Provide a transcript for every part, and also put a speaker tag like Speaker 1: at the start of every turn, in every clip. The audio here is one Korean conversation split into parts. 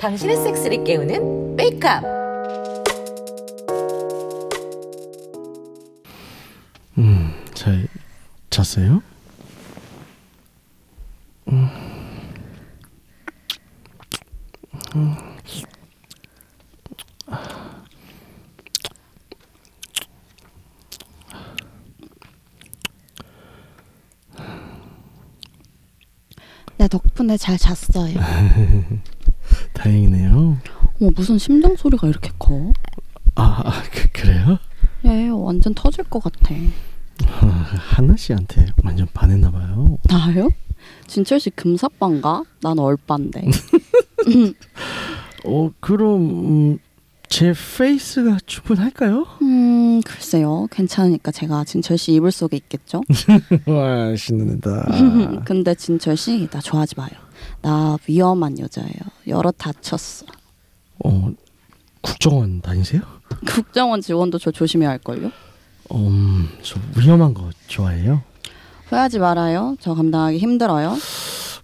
Speaker 1: 당신의 섹스를 깨우는 메이크업.
Speaker 2: 잘 잤어요?
Speaker 3: 내 덕분에 잘 잤어요.
Speaker 2: 다행이네요.
Speaker 3: 어머 무슨 심장 소리가 이렇게 커?
Speaker 2: 아, 아, 그, 그래요?
Speaker 3: 얘 완전 터질 것 같아.
Speaker 2: 아, 하나 씨한테 완전 반했나 봐요.
Speaker 3: 나요? 진철 씨 금사빠인가? 난 얼빠인데.
Speaker 2: 어, 그럼 음, 제 페이스가 충분할까요?
Speaker 3: 음 글쎄요. 괜찮으니까 제가 진철 씨 이불 속에 있겠죠?
Speaker 2: 와, 신난다. 아.
Speaker 3: 근데 진철 씨 나 좋아하지 마요. 나 위험한 여자예요. 여러 다쳤어.
Speaker 2: 어, 국정원 다니세요?
Speaker 3: 국정원 지원도 저 조심해야 할걸요?
Speaker 2: 음, 저 위험한 거 좋아해요.
Speaker 3: 후회하지 말아요. 저 감당하기 힘들어요.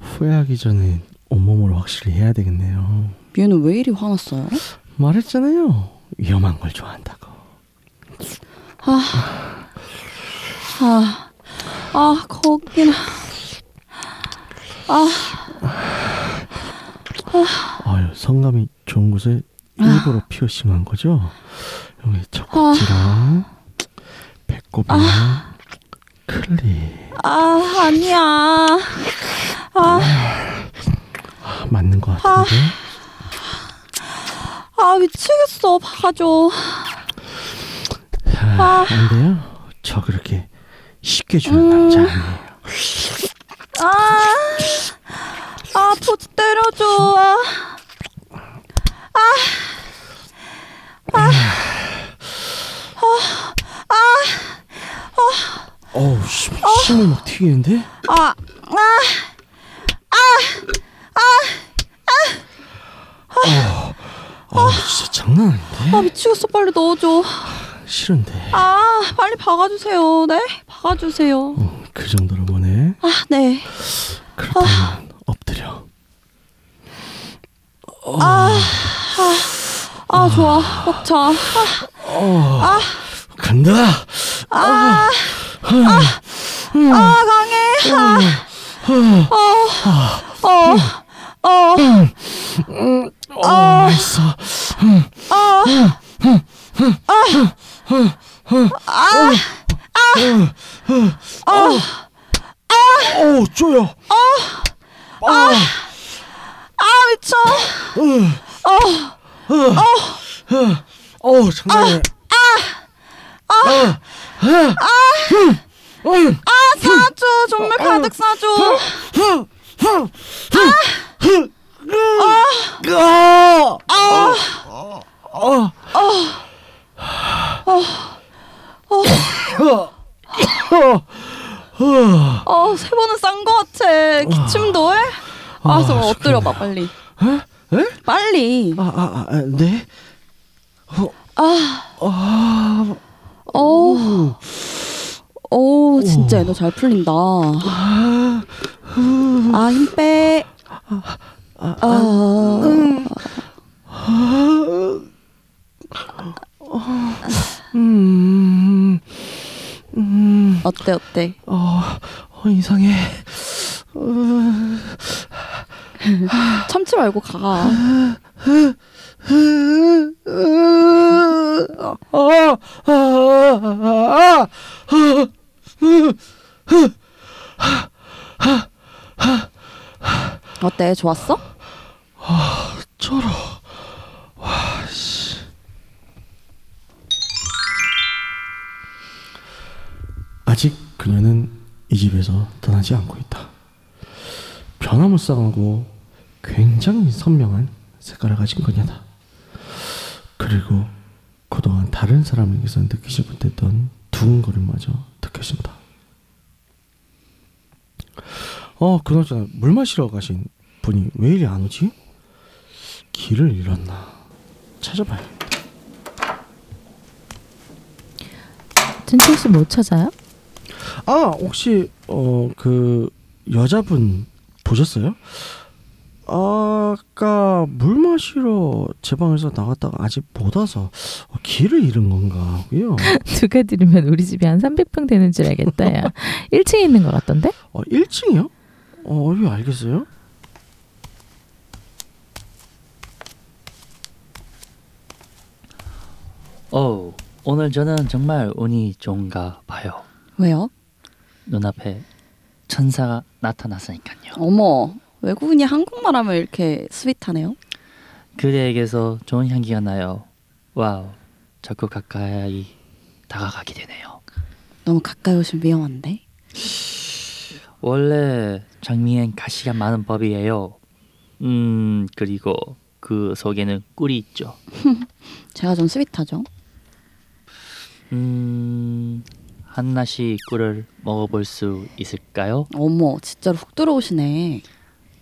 Speaker 2: 후회하기 전에 온몸으로 확실히 해야 되겠네요.
Speaker 3: 얘는 왜 이리 화났어요?
Speaker 2: 말했잖아요. 위험한 걸 좋아한다고.
Speaker 3: 아, 아 거긴 아
Speaker 2: 아유, 성감이 좋은 곳에 일부러 피어싱한 거죠? 여기 젖꼭지랑 배꼽이랑 아. 클리
Speaker 3: 아, 아니야. 아,
Speaker 2: 아, 맞는 것 같은데?
Speaker 3: 아 미치겠어. 봐줘.
Speaker 2: 아, 음. 안 돼요? 저 그렇게 쉽게 주는 남자 아니에요.
Speaker 3: 아, 아, 포즈 때려줘. 아,
Speaker 2: 어우, 씨, 숨을 막 튀기는데?
Speaker 3: 아, 아,
Speaker 2: 아, 진짜 장난 아닌데?
Speaker 3: 아 미치겠어. 빨리 넣어줘.
Speaker 2: 싫은데.
Speaker 3: 아, 빨리 박아주세요. 네, 박아주세요.
Speaker 2: 어, 그 정도로 보네.
Speaker 3: 아, 네.
Speaker 2: 그렇다면 엎드려.
Speaker 3: 아, 좋아. 꽉차
Speaker 2: 간다.
Speaker 3: 아, 아, 강해. 아, 어, 어, 어,
Speaker 2: 어, 맛있어. 어우, 쪼여.
Speaker 3: 아, 미쳐.
Speaker 2: 어우, 장난해.
Speaker 3: 아, 싸줘. 정말 가득 싸줘.
Speaker 2: 아!
Speaker 3: 어, 세 번은 싼 거 같아. 기침도 해?
Speaker 2: 아,
Speaker 3: 아, 저
Speaker 2: 시끄러워.
Speaker 3: 엎드려봐, 빨리.
Speaker 2: 에? 에?
Speaker 3: 빨리.
Speaker 2: 아, 아, 아, 네? 어,
Speaker 3: 아,
Speaker 2: 아,
Speaker 3: 어, 어, 진짜 얘 너 잘 풀린다. 아, 힘 빼. 아,
Speaker 2: 음,
Speaker 3: 어때, 어때?
Speaker 2: 어, 어 이상해. 어,
Speaker 3: 참지 말고 가.
Speaker 2: 아, 아, 아, 아, 아.
Speaker 3: 어때, 좋았어?
Speaker 2: 쩔어. 아직 그녀는 이 집에서 떠나지 않고 있다. 변화무쌍하고 굉장히 선명한 색깔을 가진 그녀다. 그리고 그동안 다른 사람에게서 느끼지 못했던 두근거림마저 느껴진다. 어, 그나저나 물 마시러 가신 분이 왜 이리 안 오지? 길을 잃었나 찾아봐요.
Speaker 4: 진철 씨못 찾아요?
Speaker 2: 아 혹시 어 그 여자분 보셨어요? 아까 물 마시러 제 방에서 나갔다가 아직 못 와서 어, 길을 잃은 건가 하고요.
Speaker 4: 누가 들으면 우리 집이 한 300평 되는 줄 알겠다. 야. 1층에 있는 것 같던데?
Speaker 2: 어, 1층이요? 어, 왜 알겠어요?
Speaker 5: 어 오늘 저는 정말 운이 좋은가 봐요.
Speaker 3: 왜요?
Speaker 5: 눈앞에 천사가 나타났으니까요.
Speaker 3: 어머 외국인이 한국말 하면 이렇게 스윗하네요.
Speaker 5: 그대에게서 좋은 향기가 나요. 와우, 자꾸 가까이 다가가게 되네요.
Speaker 3: 너무 가까이 오시면 위험한데.
Speaker 5: 원래 장미엔 가시가 많은 법이에요. 음 그리고 그 속에는 꿀이 있죠.
Speaker 3: 제가 좀 스윗하죠.
Speaker 5: 음 한나씨 꿀을 먹어볼 수 있을까요?
Speaker 3: 어머 진짜로 훅 들어오시네.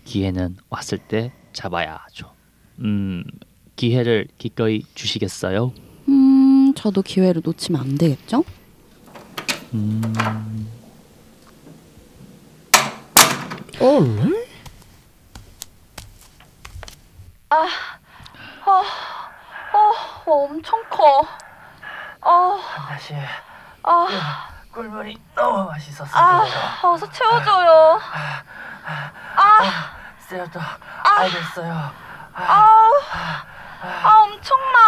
Speaker 5: 기회는 왔을 때 잡아야 하죠. 음 기회를 기꺼이 주시겠어요?
Speaker 3: 음 저도 기회를 놓치면 안 되겠죠?
Speaker 5: 음,
Speaker 2: 원래?
Speaker 6: 어, 엄청 커. 아,
Speaker 5: 한나씨
Speaker 6: 아,
Speaker 5: 꿀물이 너무 맛있었어요.
Speaker 6: 아, 어서 채워줘요.
Speaker 5: 세라도 아, 알겠어요. 아.
Speaker 6: 아, 아, 엄청나.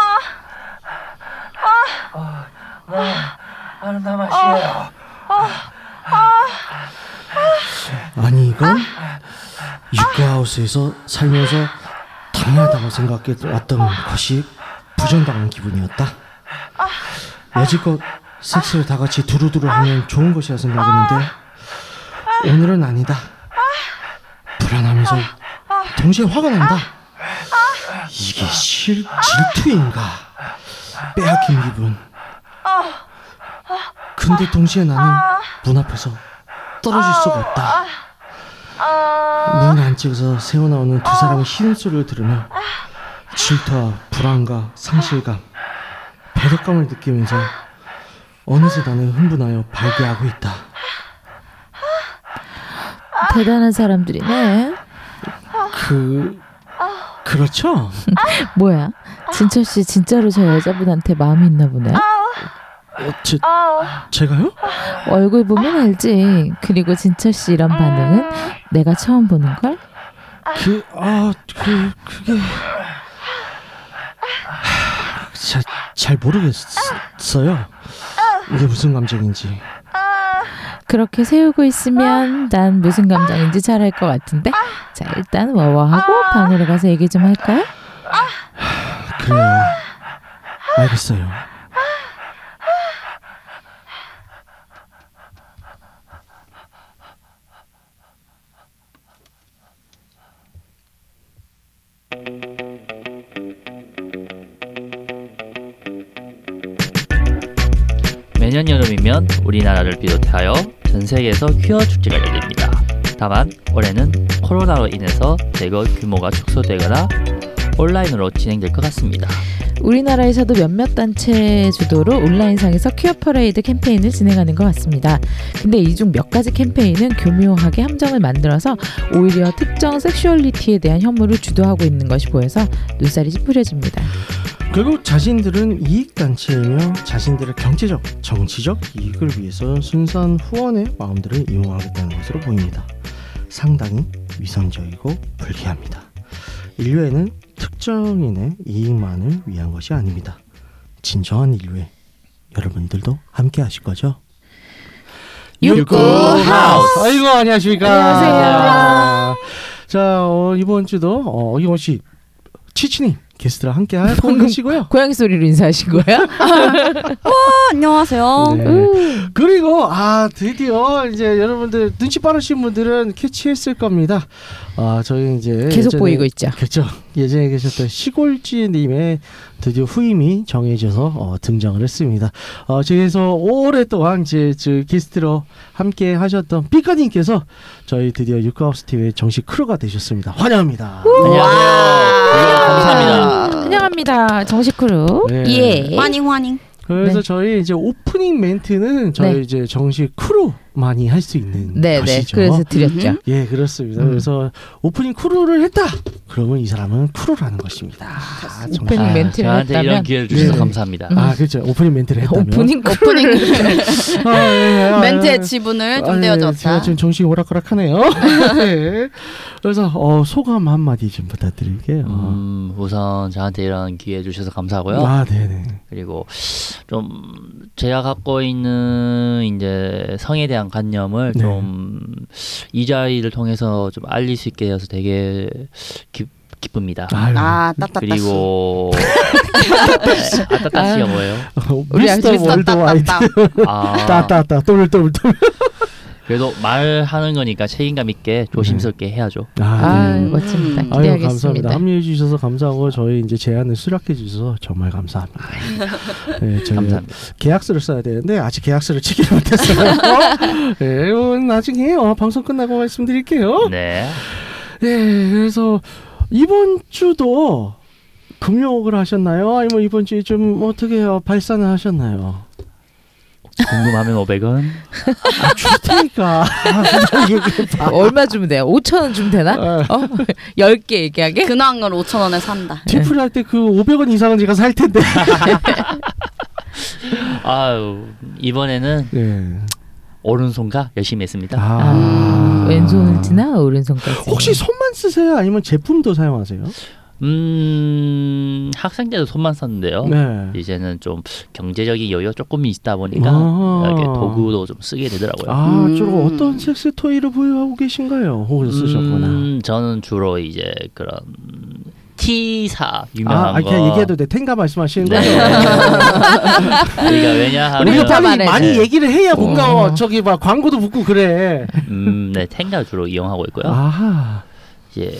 Speaker 6: 아.
Speaker 5: 어, 네. 아름다운 맛이에요.
Speaker 2: 아니 이건 육가하우스에서 살면서 당연하다고 생각했던 것이 부정당한 기분이었다. 여지껏 섹스를 다 같이 두루두루 하면 좋은 것이라 생각했는데 오늘은 아니다. 불안하면서 동시에 화가 난다. 이게 실 질투인가? 빼앗긴 기분. 근데 동시에 나는 문 앞에서 떨어질 수가 없다.
Speaker 6: 어, 아.
Speaker 2: 문 안쪽에서 새어나오는 두 사람의 신음소리를 들으며 질투와 불안과 상실감, 배덕감을 느끼면서 어느새 나는 흥분하여 발기하고 있다.
Speaker 4: 대단한 사람들이네.
Speaker 2: 그 그렇죠?
Speaker 4: 뭐야? 진철 씨 진짜로 저 여자분한테 마음이 있나 보네.
Speaker 2: 어, 제
Speaker 6: 아,
Speaker 2: 제가요?
Speaker 4: 얼굴 보면 알지. 그리고 진철 씨 이런 반응은 내가 처음 보는 걸.
Speaker 2: 그 아 그 그, 게 잘, 잘 모르겠어요. 이게 무슨 감정인지.
Speaker 4: 그렇게 세우고 있으면 난 무슨 감정인지 잘 알 것 같은데. 자 일단 워워하고 방으로 가서 얘기 좀 할까요?
Speaker 2: 그래요. 알겠어요.
Speaker 5: 매년 여름이면 우리나라를 비롯하여 전 세계에서 퀴어 축제가 열립니다. 다만 올해는 코로나로 인해서 대거 규모가 축소되거나 온라인으로 진행될 것 같습니다.
Speaker 4: 우리나라에서도 몇몇 단체 주도로 온라인상에서 퀴어 퍼레이드 캠페인을 진행하는 것 같습니다. 근데 이 중 몇 가지 캠페인은 교묘하게 함정을 만들어서 오히려 특정 섹슈얼리티에 대한 혐오를 주도하고 있는 것이 보여서 눈살이 찌푸려집니다.
Speaker 2: 결국 자신들은 이익단체이며 자신들의 경제적, 정치적 이익을 위해서 순수한 후원의 마음들을 이용하겠다는 것으로 보입니다. 상당히 위선적이고 불리합니다. 인류애는 특정인의 이익만을 위한 것이 아닙니다. 진정한 인류애, 여러분들도 함께 하실 거죠?
Speaker 4: 육구하우스!
Speaker 2: 아이고 안녕하십니까.
Speaker 4: 안녕하세요.
Speaker 2: 자 어, 이번 주도 어, 이원 씨, 치치님 게스트랑 함께 할
Speaker 4: 방금
Speaker 2: 건가시고요.
Speaker 4: 고양이 소리로 인사하신 거야?
Speaker 3: 아,
Speaker 4: 어,
Speaker 3: 안녕하세요.
Speaker 2: 네.
Speaker 4: 음.
Speaker 2: 그리고 아 드디어 이제 여러분들 눈치 빠르신 분들은 캐치했을 겁니다. 아 저희 이제
Speaker 4: 계속
Speaker 2: 예전에-
Speaker 4: 보이고 있죠.
Speaker 2: 그렇죠. 예전에 계셨던 시골지님의 드디어 후임이 정해져서 어, 등장을 했습니다. 어, 저희에서 오랫동안 이제 저 게스트로 함께 하셨던 삐까님께서 저희 드디어 육가우스 TV의 정식 크루가 되셨습니다. 환영합니다.
Speaker 5: 안녕하세요. 감사합니다.
Speaker 4: 환영합니다. 정식 크루.
Speaker 2: 네.
Speaker 4: 예.
Speaker 3: 환영 환영.
Speaker 2: 그래서
Speaker 4: 네.
Speaker 2: 저희 이제 오프닝 멘트는 저희
Speaker 4: 네.
Speaker 2: 이제 정식 크루 많이 할 수 있는
Speaker 4: 네, 네.
Speaker 2: 것이죠.
Speaker 4: 그래서 드렸죠.
Speaker 2: 예, 그렇습니다.
Speaker 4: 음.
Speaker 2: 그래서 오프닝 크루를 했다. 그러면 이 사람은 크루라는 것입니다. 아, 정말.
Speaker 4: 오프닝 멘트를
Speaker 5: 저한테 이런
Speaker 4: 했다면?
Speaker 5: 기회를 주셔서
Speaker 2: 네.
Speaker 5: 감사합니다.
Speaker 2: 아, 그렇죠. 오프닝 멘트를 했다면.
Speaker 4: 오프닝
Speaker 3: 오프닝
Speaker 4: 오프닝
Speaker 2: 아, 예, 아,
Speaker 3: 멘트의
Speaker 2: 아,
Speaker 3: 지분을
Speaker 2: 아,
Speaker 3: 좀
Speaker 2: 예,
Speaker 3: 내어줬다.
Speaker 2: 제가 지금 정신이 오락가락하네요. 예. 그래서 어, 소감 한 마디 좀 부탁드릴게요.
Speaker 5: 음, 우선 저한테 이런 기회 주셔서 감사하고요.
Speaker 2: 아, 네, 네.
Speaker 5: 그리고 좀 제가 갖고 있는 이제 성에 대한 관념을
Speaker 2: 네.
Speaker 5: 좀 이 자리를 통해서 좀 알릴 수 있게 되어서 되게 기, 기쁩니다.
Speaker 2: 아유,
Speaker 3: 아, 따따따.
Speaker 5: 그리고 네, 아따따씨가 뭐예요?
Speaker 2: 어,
Speaker 4: 우리
Speaker 2: 미스터
Speaker 4: 아저씨
Speaker 2: 월드와이드.
Speaker 3: 따따따.
Speaker 5: 아,
Speaker 2: 따따따 또물또물또물.
Speaker 5: 그래도 말하는 거니까 책임감 있게 조심스럽게 해야죠.
Speaker 4: 아,
Speaker 2: 네.
Speaker 4: 멋집니다.
Speaker 3: 음.
Speaker 2: 아유 감사합니다.
Speaker 4: 기대하겠습니다.
Speaker 2: 합류해 주셔서 감사하고 저희 이제 제안을 수락해 주셔서 정말 감사합니다. 네, 저희
Speaker 5: 감사합니다.
Speaker 2: 계약서를 써야 되는데 아직 계약서를 치기 못했어요. 네, 뭐 나중에 어, 방송 끝나고 말씀드릴게요.
Speaker 5: 네.
Speaker 2: 네, 그래서 이번 주도 금요일을 하셨나요? 아니면 이번 주에 좀 어떻게 어, 발산을 하셨나요?
Speaker 5: 궁금하면 500원.
Speaker 2: 아, 줄 테니까 이게 다
Speaker 4: 아, 얼마 주면 돼요? 5천 원 주면 되나? 어? 10개 얘기하게?
Speaker 3: 근황을 5천 원에 산다.
Speaker 2: 뒤풀이 할 때 그 500원 이상은 제가 살 텐데.
Speaker 5: 아유 이번에는
Speaker 2: 네.
Speaker 5: 오른손과 열심히 했습니다.
Speaker 4: 아, 왼손을 지나 오른손까지.
Speaker 2: 혹시 손만 쓰세요? 아니면 제품도 사용하세요?
Speaker 5: 음 학생 때도 손만 썼는데요.
Speaker 2: 네.
Speaker 5: 이제는 좀 경제적인 여유가 조금 있다 보니까
Speaker 2: 아.
Speaker 5: 이렇게 도구도 좀 쓰게 되더라고요.
Speaker 2: 아,
Speaker 3: 음.
Speaker 2: 주로 어떤 섹스 토이를 보유하고 계신가요? 혹시 쓰셨구나. 아,
Speaker 5: 음, 저는 주로 이제 그런 T사 유명한
Speaker 2: 아, 아,
Speaker 5: 거.
Speaker 2: 그냥 얘기해도 돼. 텐가 말씀하시는
Speaker 5: 네.
Speaker 2: 거예요?
Speaker 5: 그러니까 왜냐하면
Speaker 2: 우리가
Speaker 4: 텐가
Speaker 2: 빨리
Speaker 4: 말해.
Speaker 2: 많이
Speaker 5: 네.
Speaker 2: 얘기를 해야 뭔가
Speaker 4: 어.
Speaker 2: 어, 저기 막 광고도 붙고 그래.
Speaker 5: 음, 네 텐가 주로 이용하고 있고요.
Speaker 2: 아하.
Speaker 5: 예.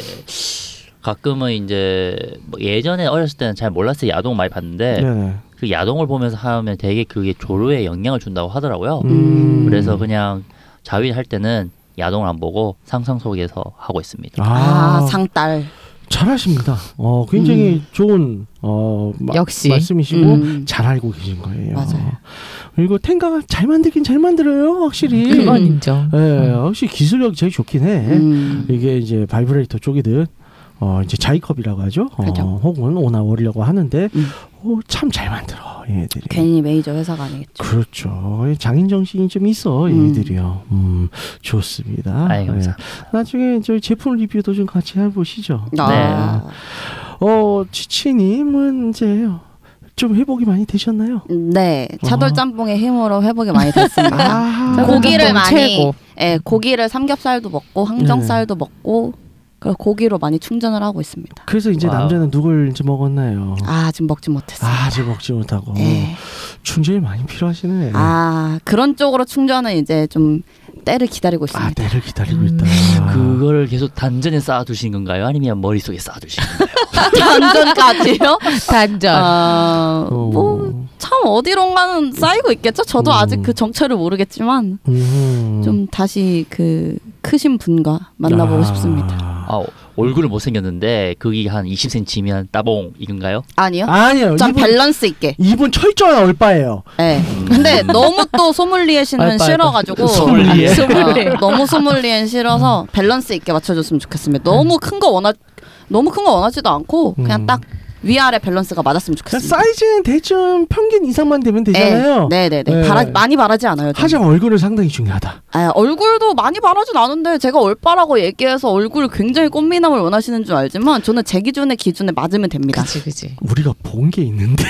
Speaker 5: 가끔은 이제 뭐 예전에 어렸을 때는 잘 몰랐어요. 야동 많이 봤는데
Speaker 2: 네.
Speaker 5: 그 야동을 보면서 하면 되게 그게 조루에 영향을 준다고 하더라고요.
Speaker 2: 음.
Speaker 5: 그래서 그냥 자위할 때는 야동을 안 보고 상상 속에서 하고 있습니다.
Speaker 2: 아,
Speaker 3: 아, 상딸.
Speaker 2: 잘하십니다. 어, 굉장히 좋은 어 마-
Speaker 4: 역시.
Speaker 2: 말씀이시고
Speaker 3: 음.
Speaker 2: 잘 알고 계신 거예요.
Speaker 3: 맞아요.
Speaker 2: 그리고 텐가가 잘 만들긴 잘 만들어요, 확실히.
Speaker 4: 그건 인정.
Speaker 2: 예, 역시 기술력이 제일 좋긴 해.
Speaker 3: 음.
Speaker 2: 이게 이제 바이브레이터 쪽이든 어 이제 자이컵이라고 하죠. 어,
Speaker 3: 그죠.
Speaker 2: 혹은 오나월이라고 하는데
Speaker 3: 음.
Speaker 2: 어, 참 잘 만들어 얘들이.
Speaker 3: 괜히 메이저 회사가 아니겠죠.
Speaker 2: 그렇죠. 장인 정신이 좀 있어
Speaker 3: 음.
Speaker 2: 얘들이요. 음 좋습니다.
Speaker 5: 아이, 감사합니다.
Speaker 2: 예. 나중에 저희 제품 리뷰도 좀 같이 해보시죠. 네.
Speaker 3: 아,
Speaker 2: 어 치치님은 이제 좀 회복이 많이 되셨나요?
Speaker 3: 네. 차돌 짬뽕의 힘으로 회복이 많이 됐습니다.
Speaker 2: 아,
Speaker 4: 짜장면
Speaker 3: 고기를
Speaker 4: 짬뽕
Speaker 3: 많이- 네.
Speaker 4: 최고.
Speaker 3: 예, 고기를 삼겹살도 먹고 항정살도 먹고 그리고 고기로 많이 충전을 하고 있습니다.
Speaker 2: 그래서 이제
Speaker 5: 와우.
Speaker 2: 남자는 누굴 이제 먹었나요?
Speaker 3: 아, 지금 먹지 못했어요.
Speaker 2: 아, 아직 먹지 못하고
Speaker 3: 예.
Speaker 2: 충전이 많이 필요하시네.
Speaker 3: 아, 그런 쪽으로 충전은 이제 좀 때를 기다리고 있습니다.
Speaker 2: 아, 때를 기다리고
Speaker 4: 음.
Speaker 2: 있다.
Speaker 5: 그거를 계속 단전에 쌓아두신 건가요? 아니면 머릿속에 쌓아두신 건가요?
Speaker 3: 단전까지요? 네.
Speaker 4: 단전.
Speaker 3: 아,
Speaker 2: 어.
Speaker 3: 뭐, 참 어디론가는 쌓이고 있겠죠? 저도
Speaker 2: 음.
Speaker 3: 아직 그 정체를 모르겠지만,
Speaker 2: 음.
Speaker 3: 좀 다시 그 크신 분과 만나보고
Speaker 2: 아.
Speaker 3: 싶습니다.
Speaker 5: 아, 얼굴은 못생겼는데 그게 한 20cm면 따봉 이건가요?
Speaker 3: 아니요?
Speaker 2: 아니요.
Speaker 3: 좀
Speaker 2: 이분
Speaker 3: 밸런스 있게.
Speaker 2: 이분 철저한 얼빠예요.
Speaker 3: 예. 근데 너무 또 소믈리에시는
Speaker 4: 알바, 알바.
Speaker 3: 싫어가지고.
Speaker 2: 예.
Speaker 5: 소믈리에.
Speaker 3: 아, 소믈리에. 너무 소믈리에는 싫어서 밸런스 있게 맞춰줬으면 좋겠습니다. 너무 큰 거 원하, 너무 큰 거 원하지도 않고,
Speaker 2: 음.
Speaker 3: 그냥 딱 위아래 밸런스가 맞았으면
Speaker 2: 그냥
Speaker 3: 좋겠습니다.
Speaker 2: 사이즈는 대충 평균 이상만 되면 되잖아요.
Speaker 3: 네, 네, 네.
Speaker 2: 네.
Speaker 3: 바라, 많이 바라지 않아요. 저는.
Speaker 2: 하지만 얼굴은 상당히 중요하다.
Speaker 3: 아, 얼굴도 많이 바라진 않은데 제가 얼빠라고 얘기해서 얼굴 굉장히 꽃미남을 원하시는 줄 알지만 저는 제 기준의 기준에 맞으면 됩니다.
Speaker 4: 그치 그치.
Speaker 2: 우리가 본 게 있는데.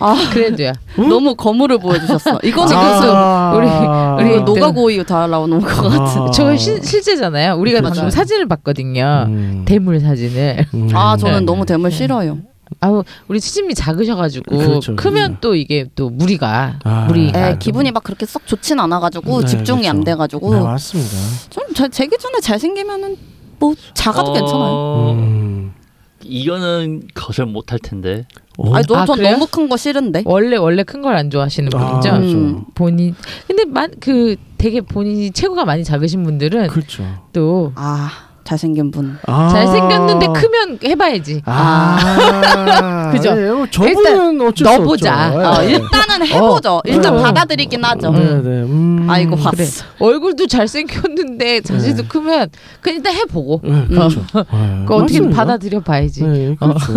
Speaker 3: 아,
Speaker 4: 그래도야.
Speaker 3: 너무 거물을 보여주셨어. 네, 이거는
Speaker 2: 아.
Speaker 3: 무슨
Speaker 4: 우리-
Speaker 3: 이거
Speaker 4: 우리
Speaker 3: 노가고이 다 나오는 것
Speaker 2: 아.
Speaker 3: 같은.
Speaker 4: 저거 실- 실제잖아요. 우리가
Speaker 2: 그렇죠.
Speaker 3: 맞아요.
Speaker 4: 방금 사진을 봤거든요.
Speaker 2: 음.
Speaker 4: 대물 사진을.
Speaker 3: 아, 저는
Speaker 4: 네.
Speaker 3: 너무 대물 싫어요.
Speaker 4: 아우 우리 치즈미 작으셔가지고
Speaker 2: 그렇죠.
Speaker 4: 크면
Speaker 2: 음.
Speaker 4: 또 이게 또 무리가
Speaker 2: 아.
Speaker 4: 무리.
Speaker 2: 네,
Speaker 3: 에, 예, 기분이 막 그렇게 썩 좋진 않아가지고
Speaker 2: 네,
Speaker 3: 집중이 안
Speaker 2: 그렇죠.
Speaker 3: 돼가지고
Speaker 2: 네, 맞습니다.
Speaker 3: 좀 제 기준에 잘생기면은 뭐
Speaker 2: 어.
Speaker 3: 작아도 괜찮아요.
Speaker 4: 어.
Speaker 2: 음.
Speaker 5: 어. 이거는 거절 못할 텐데.
Speaker 2: 어?
Speaker 3: 아니, 너,
Speaker 4: 아,
Speaker 3: 전
Speaker 4: 그래요? 어.
Speaker 3: 너무 큰 거 싫은데.
Speaker 4: 원래 원래 큰 걸 안 좋아하시는
Speaker 2: 아,
Speaker 4: 분이죠.
Speaker 3: 음.
Speaker 4: 본인 근데 만 그 되게 본인이 체구가 많이 작으신 분들은
Speaker 2: 그렇죠.
Speaker 4: 또
Speaker 3: 아, 잘생긴 분.
Speaker 2: 아.
Speaker 4: 잘생겼는데 크면 해봐야지.
Speaker 2: 아,
Speaker 4: 그죠?
Speaker 2: 예, 어, 저분은
Speaker 4: 일단
Speaker 2: 어쩔 수
Speaker 4: 넣어보자.
Speaker 2: 없죠.
Speaker 3: 어,
Speaker 2: 예.
Speaker 3: 일단은 해보죠. 일단
Speaker 2: 어.
Speaker 3: 받아들이긴 하죠.
Speaker 2: 네, 네. 음.
Speaker 3: 아이고 화어
Speaker 4: 그래. 얼굴도 잘생겼는데 자신도
Speaker 2: 네.
Speaker 4: 크면 그냥 일단 해보고
Speaker 2: 네,
Speaker 3: 음.
Speaker 2: 그렇죠. 예.
Speaker 4: 음. 그거 어떻게
Speaker 2: 맞습니다.
Speaker 4: 받아들여 봐야지. 어.
Speaker 2: 네, 그렇죠.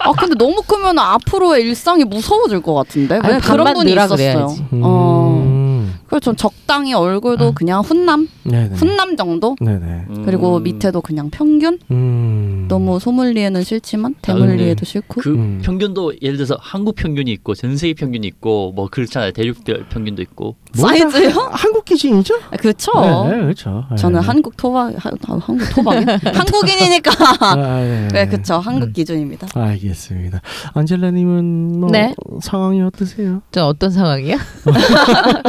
Speaker 3: 아 근데 너무 크면 앞으로의 일상이 무서워질 것 같은데.
Speaker 4: 아니,
Speaker 3: 왜 그런
Speaker 4: 반만
Speaker 3: 분이
Speaker 4: 늘어
Speaker 3: 있었어요.
Speaker 4: 그래야지. 음.
Speaker 3: 어.
Speaker 2: 음.
Speaker 3: 그래서 전 적당히 얼굴도 그냥 훈남,
Speaker 2: 네, 네.
Speaker 3: 훈남 정도.
Speaker 2: 네, 네.
Speaker 5: 음.
Speaker 3: 그리고 밑에도 그냥 평균.
Speaker 2: 음.
Speaker 3: 너무 소믈리에는 싫지만
Speaker 5: 아, 근데
Speaker 4: 네.
Speaker 3: 데믈리에도 싫고.
Speaker 5: 그
Speaker 2: 음.
Speaker 5: 평균도 예를 들어서 한국 평균이 있고 전 세계 평균이 있고 뭐 그렇잖아요 대륙별 평균도 있고
Speaker 2: 뭐다
Speaker 3: 사이즈요?
Speaker 2: 한국 기준이죠?
Speaker 3: 아, 그쵸.
Speaker 4: 어.
Speaker 2: 네, 네, 그렇죠. 예.
Speaker 4: 아,
Speaker 3: 저는 한국 토박 하- 하- 한국 토박이 한국인이니까
Speaker 2: 아, 네,
Speaker 3: 네
Speaker 2: 네.
Speaker 3: 그쵸
Speaker 4: 음.
Speaker 3: 한국 기준입니다.
Speaker 2: 알겠습니다. 안젤라님은 뭐
Speaker 4: 네.
Speaker 2: 상황이 어떠세요?
Speaker 4: 저 어떤 상황이야?
Speaker 2: 뭘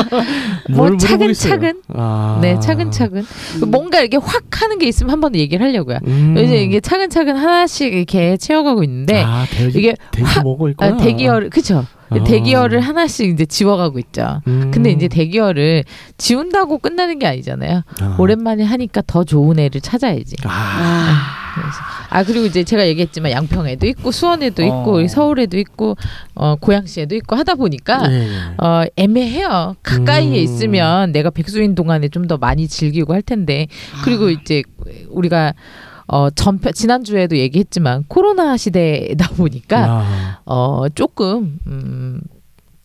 Speaker 4: 뭐
Speaker 2: 물어보고
Speaker 4: 차근차근?
Speaker 2: 있어요? 아. 음.
Speaker 4: 네, 차근차근. 뭔가 이렇게 확 하는 게 있으면 한 번 얘기를 하려고요. 이제 이게 차근차근 하나씩 이렇게 채워가고 있는데
Speaker 2: 아, 대기,
Speaker 4: 이게
Speaker 2: 대기
Speaker 4: 확-
Speaker 2: 먹고 있구나.
Speaker 4: 아, 대기열을 그쵸?
Speaker 2: 아.
Speaker 4: 대기열을 하나씩 이제 지워가고 있죠.
Speaker 2: 음.
Speaker 4: 근데 이제 대기열을 지운다고 끝나는 게 아니잖아요.
Speaker 2: 아.
Speaker 4: 오랜만에 하니까 더 좋은 애를 찾아야지.
Speaker 2: 아,
Speaker 3: 아,
Speaker 4: 아 그리고 이제 제가 얘기했지만 양평에도 있고 수원에도 있고
Speaker 5: 어.
Speaker 4: 이 서울에도 있고 어, 고양시에도 있고 하다 보니까
Speaker 2: 예, 예.
Speaker 4: 어, 애매해요. 가까이에
Speaker 2: 음.
Speaker 4: 있으면 내가 백수인 동안에 좀 더 많이 즐기고 할 텐데
Speaker 2: 아.
Speaker 4: 그리고 이제 우리가 어, 전편 지난주에도 얘기했지만 코로나 시대다 보니까
Speaker 2: 아.
Speaker 4: 어, 조금 음,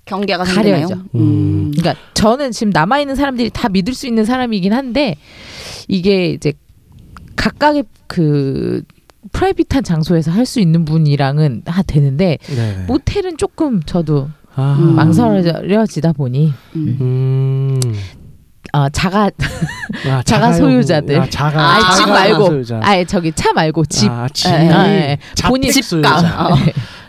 Speaker 3: 경계가
Speaker 4: 가려야죠.
Speaker 3: 생기네요. 음.
Speaker 4: 그러니까 저는 지금 남아 있는 사람들이 다 믿을 수 있는 사람이긴 한데 이게 이제 각각의 그 프라이빗한 장소에서 할 수 있는 분이랑은 다 되는데
Speaker 2: 네네.
Speaker 4: 모텔은 조금 저도
Speaker 2: 아.
Speaker 3: 음.
Speaker 4: 망설여지다 보니
Speaker 3: 음.
Speaker 2: 음.
Speaker 4: 아 자가
Speaker 2: 아,
Speaker 4: 자가
Speaker 2: 자가용-
Speaker 4: 소유자들.
Speaker 2: 아, 자가
Speaker 3: 아,
Speaker 2: 자가
Speaker 3: 집 말고.
Speaker 2: 소유자.
Speaker 4: 아예 저기 차 말고 집
Speaker 2: 아, 집.
Speaker 4: 예, 예, 예.
Speaker 2: 자택
Speaker 4: 본인
Speaker 2: 소유자.
Speaker 4: 집가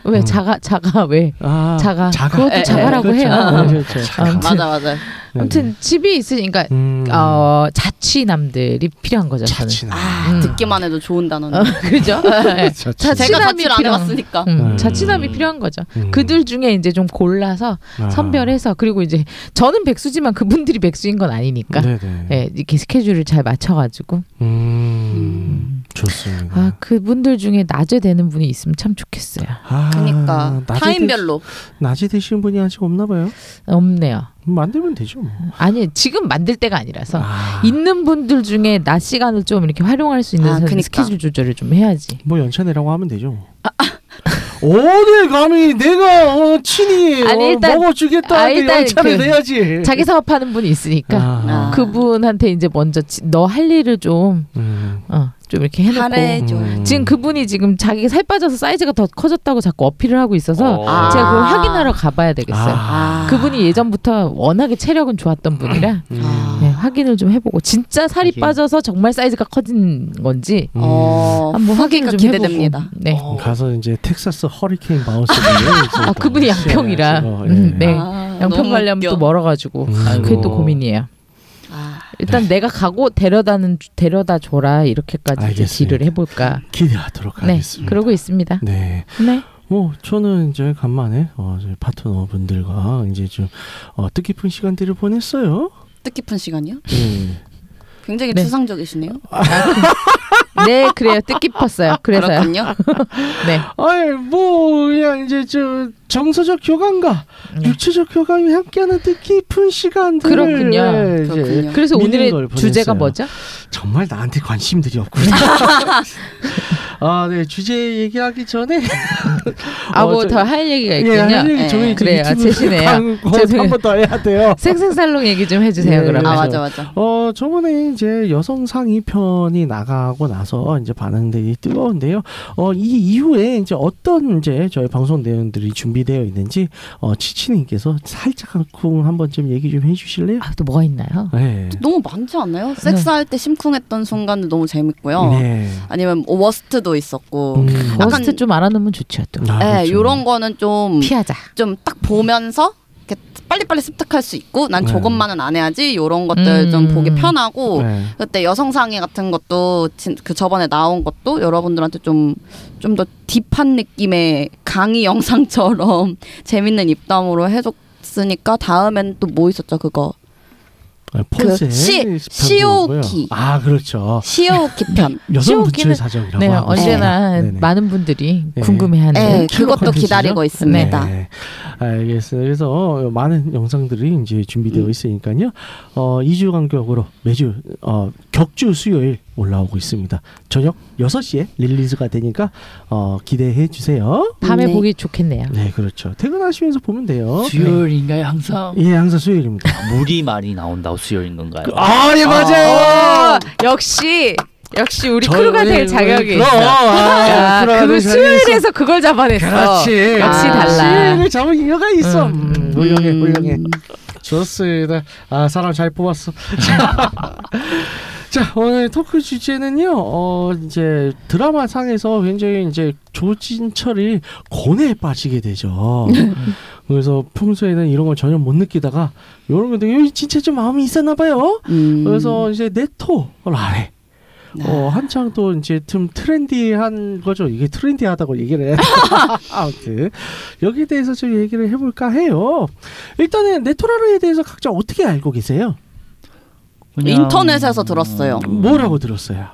Speaker 4: 왜
Speaker 2: 음.
Speaker 4: 자가 자가 왜
Speaker 2: 아,
Speaker 4: 자가.
Speaker 2: 자가.
Speaker 4: 그것도
Speaker 2: 예,
Speaker 4: 자가라고
Speaker 2: 그렇죠.
Speaker 4: 해요.
Speaker 2: 아, 그렇죠.
Speaker 4: 아,
Speaker 3: 맞아 맞아.
Speaker 2: 네네.
Speaker 4: 아무튼 집이 있으니까
Speaker 2: 음.
Speaker 4: 어 자취남들이 필요한 거죠 저는
Speaker 2: 자취나.
Speaker 3: 아
Speaker 4: 음.
Speaker 3: 듣기만 해도 좋은 단어는.
Speaker 4: 어, 그죠 예.
Speaker 2: 자취.
Speaker 4: 자-
Speaker 3: 제가
Speaker 4: 친함이
Speaker 3: 자취를 안
Speaker 4: 필요한-
Speaker 3: 해봤으니까.
Speaker 4: 음,
Speaker 2: 음.
Speaker 4: 자취남이 필요한 거죠
Speaker 2: 음.
Speaker 4: 그들 중에 이제 좀 골라서
Speaker 2: 아.
Speaker 4: 선별해서 그리고 이제 저는 백수지만 그분들이 백수인 건 아니니까
Speaker 2: 네네.
Speaker 4: 예, 이렇게 스케줄을 잘 맞춰가지고
Speaker 2: 음, 좋습니다.
Speaker 4: 아 그분들 중에 낮에 되는 분이 있으면 참 좋겠어요.
Speaker 2: 아,
Speaker 3: 그러니까
Speaker 2: 낮에
Speaker 3: 타임별로.
Speaker 2: 드시, 낮에 드시는 분이 아직 없나 봐요.
Speaker 4: 없네요.
Speaker 2: 만들면 되죠. 뭐.
Speaker 4: 아니 지금 만들 때가 아니라서
Speaker 2: 아,
Speaker 4: 있는 분들 중에 낮 시간을 좀 이렇게 활용할 수 있는
Speaker 3: 아,
Speaker 4: 선-
Speaker 3: 그니까.
Speaker 4: 스케줄 조절을 좀 해야지.
Speaker 2: 뭐 연차 내라고 하면 되죠. 뭐.
Speaker 4: 아,
Speaker 2: 오늘 감히 내가 어, 친히
Speaker 4: 아니,
Speaker 2: 어,
Speaker 4: 일단-
Speaker 2: 먹어주겠다
Speaker 4: 아,
Speaker 2: 하는데
Speaker 4: 일단
Speaker 2: 연차를
Speaker 4: 그-
Speaker 2: 내야지.
Speaker 4: 자기 사업하는 분이 있으니까
Speaker 2: 아,
Speaker 3: 아.
Speaker 4: 그분한테 이제 먼저 너 할 일을 좀
Speaker 2: 음,
Speaker 4: 어, 좀 이렇게 해놓고
Speaker 3: 하래. 해줘.
Speaker 2: 음.
Speaker 4: 지금 그분이 지금 자기 살 빠져서 사이즈가 더 커졌다고 자꾸 어필을 하고 있어서
Speaker 5: 어.
Speaker 3: 아.
Speaker 4: 제가 그걸 확인하러 가봐야 되겠어요.
Speaker 2: 아,
Speaker 4: 그분이 예전부터 워낙에 체력은 좋았던 분이라
Speaker 2: 음,
Speaker 3: 아.
Speaker 4: 네, 확인을 좀 해보고 진짜 살이
Speaker 5: 확인.
Speaker 4: 빠져서 정말 사이즈가 커진 건지
Speaker 2: 음.
Speaker 3: 어
Speaker 4: 한번 확인을
Speaker 3: 후기가
Speaker 4: 좀
Speaker 3: 기대됩니다.
Speaker 4: 해보고. 네.
Speaker 2: 가서 이제 텍사스 허리케인 바운스를
Speaker 4: 아 그분이 양평이라.
Speaker 2: 예,
Speaker 4: 음, 네.
Speaker 3: 아,
Speaker 4: 양평
Speaker 3: 너무
Speaker 4: 가려면
Speaker 3: 웃겨.
Speaker 4: 또 뭐? 멀어가지고
Speaker 2: 음.
Speaker 4: 그게 또
Speaker 5: 아이고.
Speaker 4: 고민이에요.
Speaker 3: 아,
Speaker 4: 일단 내가 가고 데려다는 데려다 줘라 이렇게까지
Speaker 2: 네.
Speaker 4: 이제
Speaker 2: 알겠습니다.
Speaker 4: 딜을 해볼까.
Speaker 2: 기대하도록
Speaker 4: 네,
Speaker 2: 하겠습니다.
Speaker 4: 그러고 있습니다.
Speaker 2: 네.
Speaker 4: 네.
Speaker 2: 뭐 저는 이제 간만에 어, 저희 파트너분들과 이제 좀 어, 뜻깊은 시간들을 보냈어요.
Speaker 3: 뜻깊은 시간이요?
Speaker 2: 네.
Speaker 3: 굉장히
Speaker 4: 네.
Speaker 3: 추상적이시네요.
Speaker 4: 네, 그래요. 뜻깊었어요. 그래서요.
Speaker 3: 그렇군요. 아,
Speaker 4: 네.
Speaker 2: 아이 뭐 그냥 이제 저 정서적 교감과
Speaker 4: 네.
Speaker 2: 육체적 교감이 함께하는 그 뜻깊은 시간들을
Speaker 4: 그렇군요.
Speaker 2: 네, 이제
Speaker 3: 그렇군요.
Speaker 4: 그래서
Speaker 2: 믿는 걸
Speaker 4: 오늘의
Speaker 2: 보냈어요.
Speaker 4: 주제가 뭐죠?
Speaker 2: 정말 나한테 관심들이 없군요. 아, 네 주제 얘기하기 전에
Speaker 4: 아, 뭐
Speaker 2: 어, 저-
Speaker 4: 더 할 얘기가
Speaker 2: 예, 할
Speaker 4: 있군요. 네,
Speaker 2: 얘기 전에
Speaker 3: 예.
Speaker 2: 이제
Speaker 4: 그래요.
Speaker 2: 유튜브
Speaker 4: 제시네요.
Speaker 2: 광고
Speaker 4: 죄송해요.
Speaker 2: 한번 더 해야 돼요.
Speaker 4: 생생살롱 얘기 좀 해주세요.
Speaker 2: 예,
Speaker 4: 그러면.
Speaker 3: 아
Speaker 2: 그래서-
Speaker 3: 맞아 맞아.
Speaker 2: 어, 저번에 이제 여성 상위 편이 나가고 나서 이제 반응들이 뜨거운데요. 어, 이 이후에 이제 어떤 이제 저희 방송 내용들이 준비되어 있는지, 어, 치치님께서 살짝 한 번쯤 얘기 좀 해주실래요?
Speaker 4: 아, 또 뭐가 있나요?
Speaker 2: 네.
Speaker 3: 너무 많지 않나요? 섹스할 때 심쿵했던 순간도 너무 재밌고요.
Speaker 2: 네.
Speaker 3: 아니면 뭐 워스트도 있었고.
Speaker 2: 음.
Speaker 3: 어, 약간-
Speaker 4: 워스트 좀 알아놓으면 좋죠. 또
Speaker 2: 아,
Speaker 3: 네,
Speaker 2: 그렇죠.
Speaker 3: 요런 거는 좀
Speaker 4: 피하자.
Speaker 3: 좀 딱 보면서 이렇게 빨리빨리 습득할 수 있고 난
Speaker 2: 네.
Speaker 3: 저것만은 안 해야지 요런 것들
Speaker 4: 음.
Speaker 3: 좀 보기 편하고
Speaker 2: 네.
Speaker 3: 그때 여성 상의 같은 것도 진, 그 저번에 나온 것도 여러분들한테 좀 좀 더 딥한 느낌의 강의 영상처럼 재밌는 입담으로 해줬으니까 다음엔 또 뭐 있었죠 그거
Speaker 2: 아, 폰세
Speaker 3: 그 시-
Speaker 2: 편도
Speaker 3: 시오키.
Speaker 2: 있고요. 아 그렇죠.
Speaker 3: 시오오키 편.
Speaker 2: 여성분들
Speaker 4: 시오키는-
Speaker 2: 사정이라고
Speaker 4: 네,
Speaker 2: 하고
Speaker 4: 언제나
Speaker 2: 있어요. 네네.
Speaker 4: 많은 분들이
Speaker 2: 네.
Speaker 4: 궁금해하는
Speaker 3: 네,
Speaker 2: 킬러
Speaker 3: 그것도
Speaker 2: 콘텐츠죠?
Speaker 3: 기다리고 있습니다.
Speaker 2: 네, 알겠습니다. 그래서 어, 많은 영상들이 이제 준비되어 있으니까요. 어, 2주 간격으로 매주 어, 격주 수요일 올라오고 있습니다. 저녁 6시에 릴리즈가 되니까 어, 기대해 주세요.
Speaker 4: 밤에
Speaker 3: 네.
Speaker 4: 보기 좋겠네요.
Speaker 2: 네, 그렇죠. 퇴근하시면서 보면 돼요.
Speaker 5: 수요일인가요 항상?
Speaker 2: 네. 예, 항상 수요일입니다.
Speaker 5: 어? 물이 많이 나온다고 수요일인 건가요?
Speaker 2: 아, 예,
Speaker 4: 어, 역시 역시 우리
Speaker 2: 네. 저희
Speaker 4: 크루가
Speaker 2: 우리-
Speaker 4: 될 자격이 있어. 야,
Speaker 2: 아,
Speaker 4: 그
Speaker 2: 에
Speaker 4: 수요일에서 아. 그걸 잡아냈어.
Speaker 2: 그렇지.
Speaker 4: 역시 달라.
Speaker 2: 아, 수요일을 잡은 이유가 있어.
Speaker 4: 음.
Speaker 2: 음, 훌륭해, 훌륭해. 좋습니다. 아, 사람 잘 뽑았어. 자, 자, 오늘 토크 주제는요, 어, 이제 드라마 상에서 굉장히 이제 조진철이 고뇌에 빠지게 되죠. 그래서 평소에는 이런 걸 전혀 못 느끼다가, 이런 것들, 여기 진짜 좀 마음이 있었나 봐요.
Speaker 3: 음.
Speaker 2: 그래서 이제 네토를 안 해. 어, 한창 또 이제 좀 트렌디한 거죠. 이게 트렌디하다고 얘기를 해야 되나? 아무튼 여기에 대해서 좀 얘기를 해볼까 해요. 일단은 네토라르에 대해서 각자 어떻게 알고 계세요?
Speaker 5: 그냥- 음.
Speaker 3: 인터넷에서 들었어요.
Speaker 2: 음. 뭐라고 들었어요?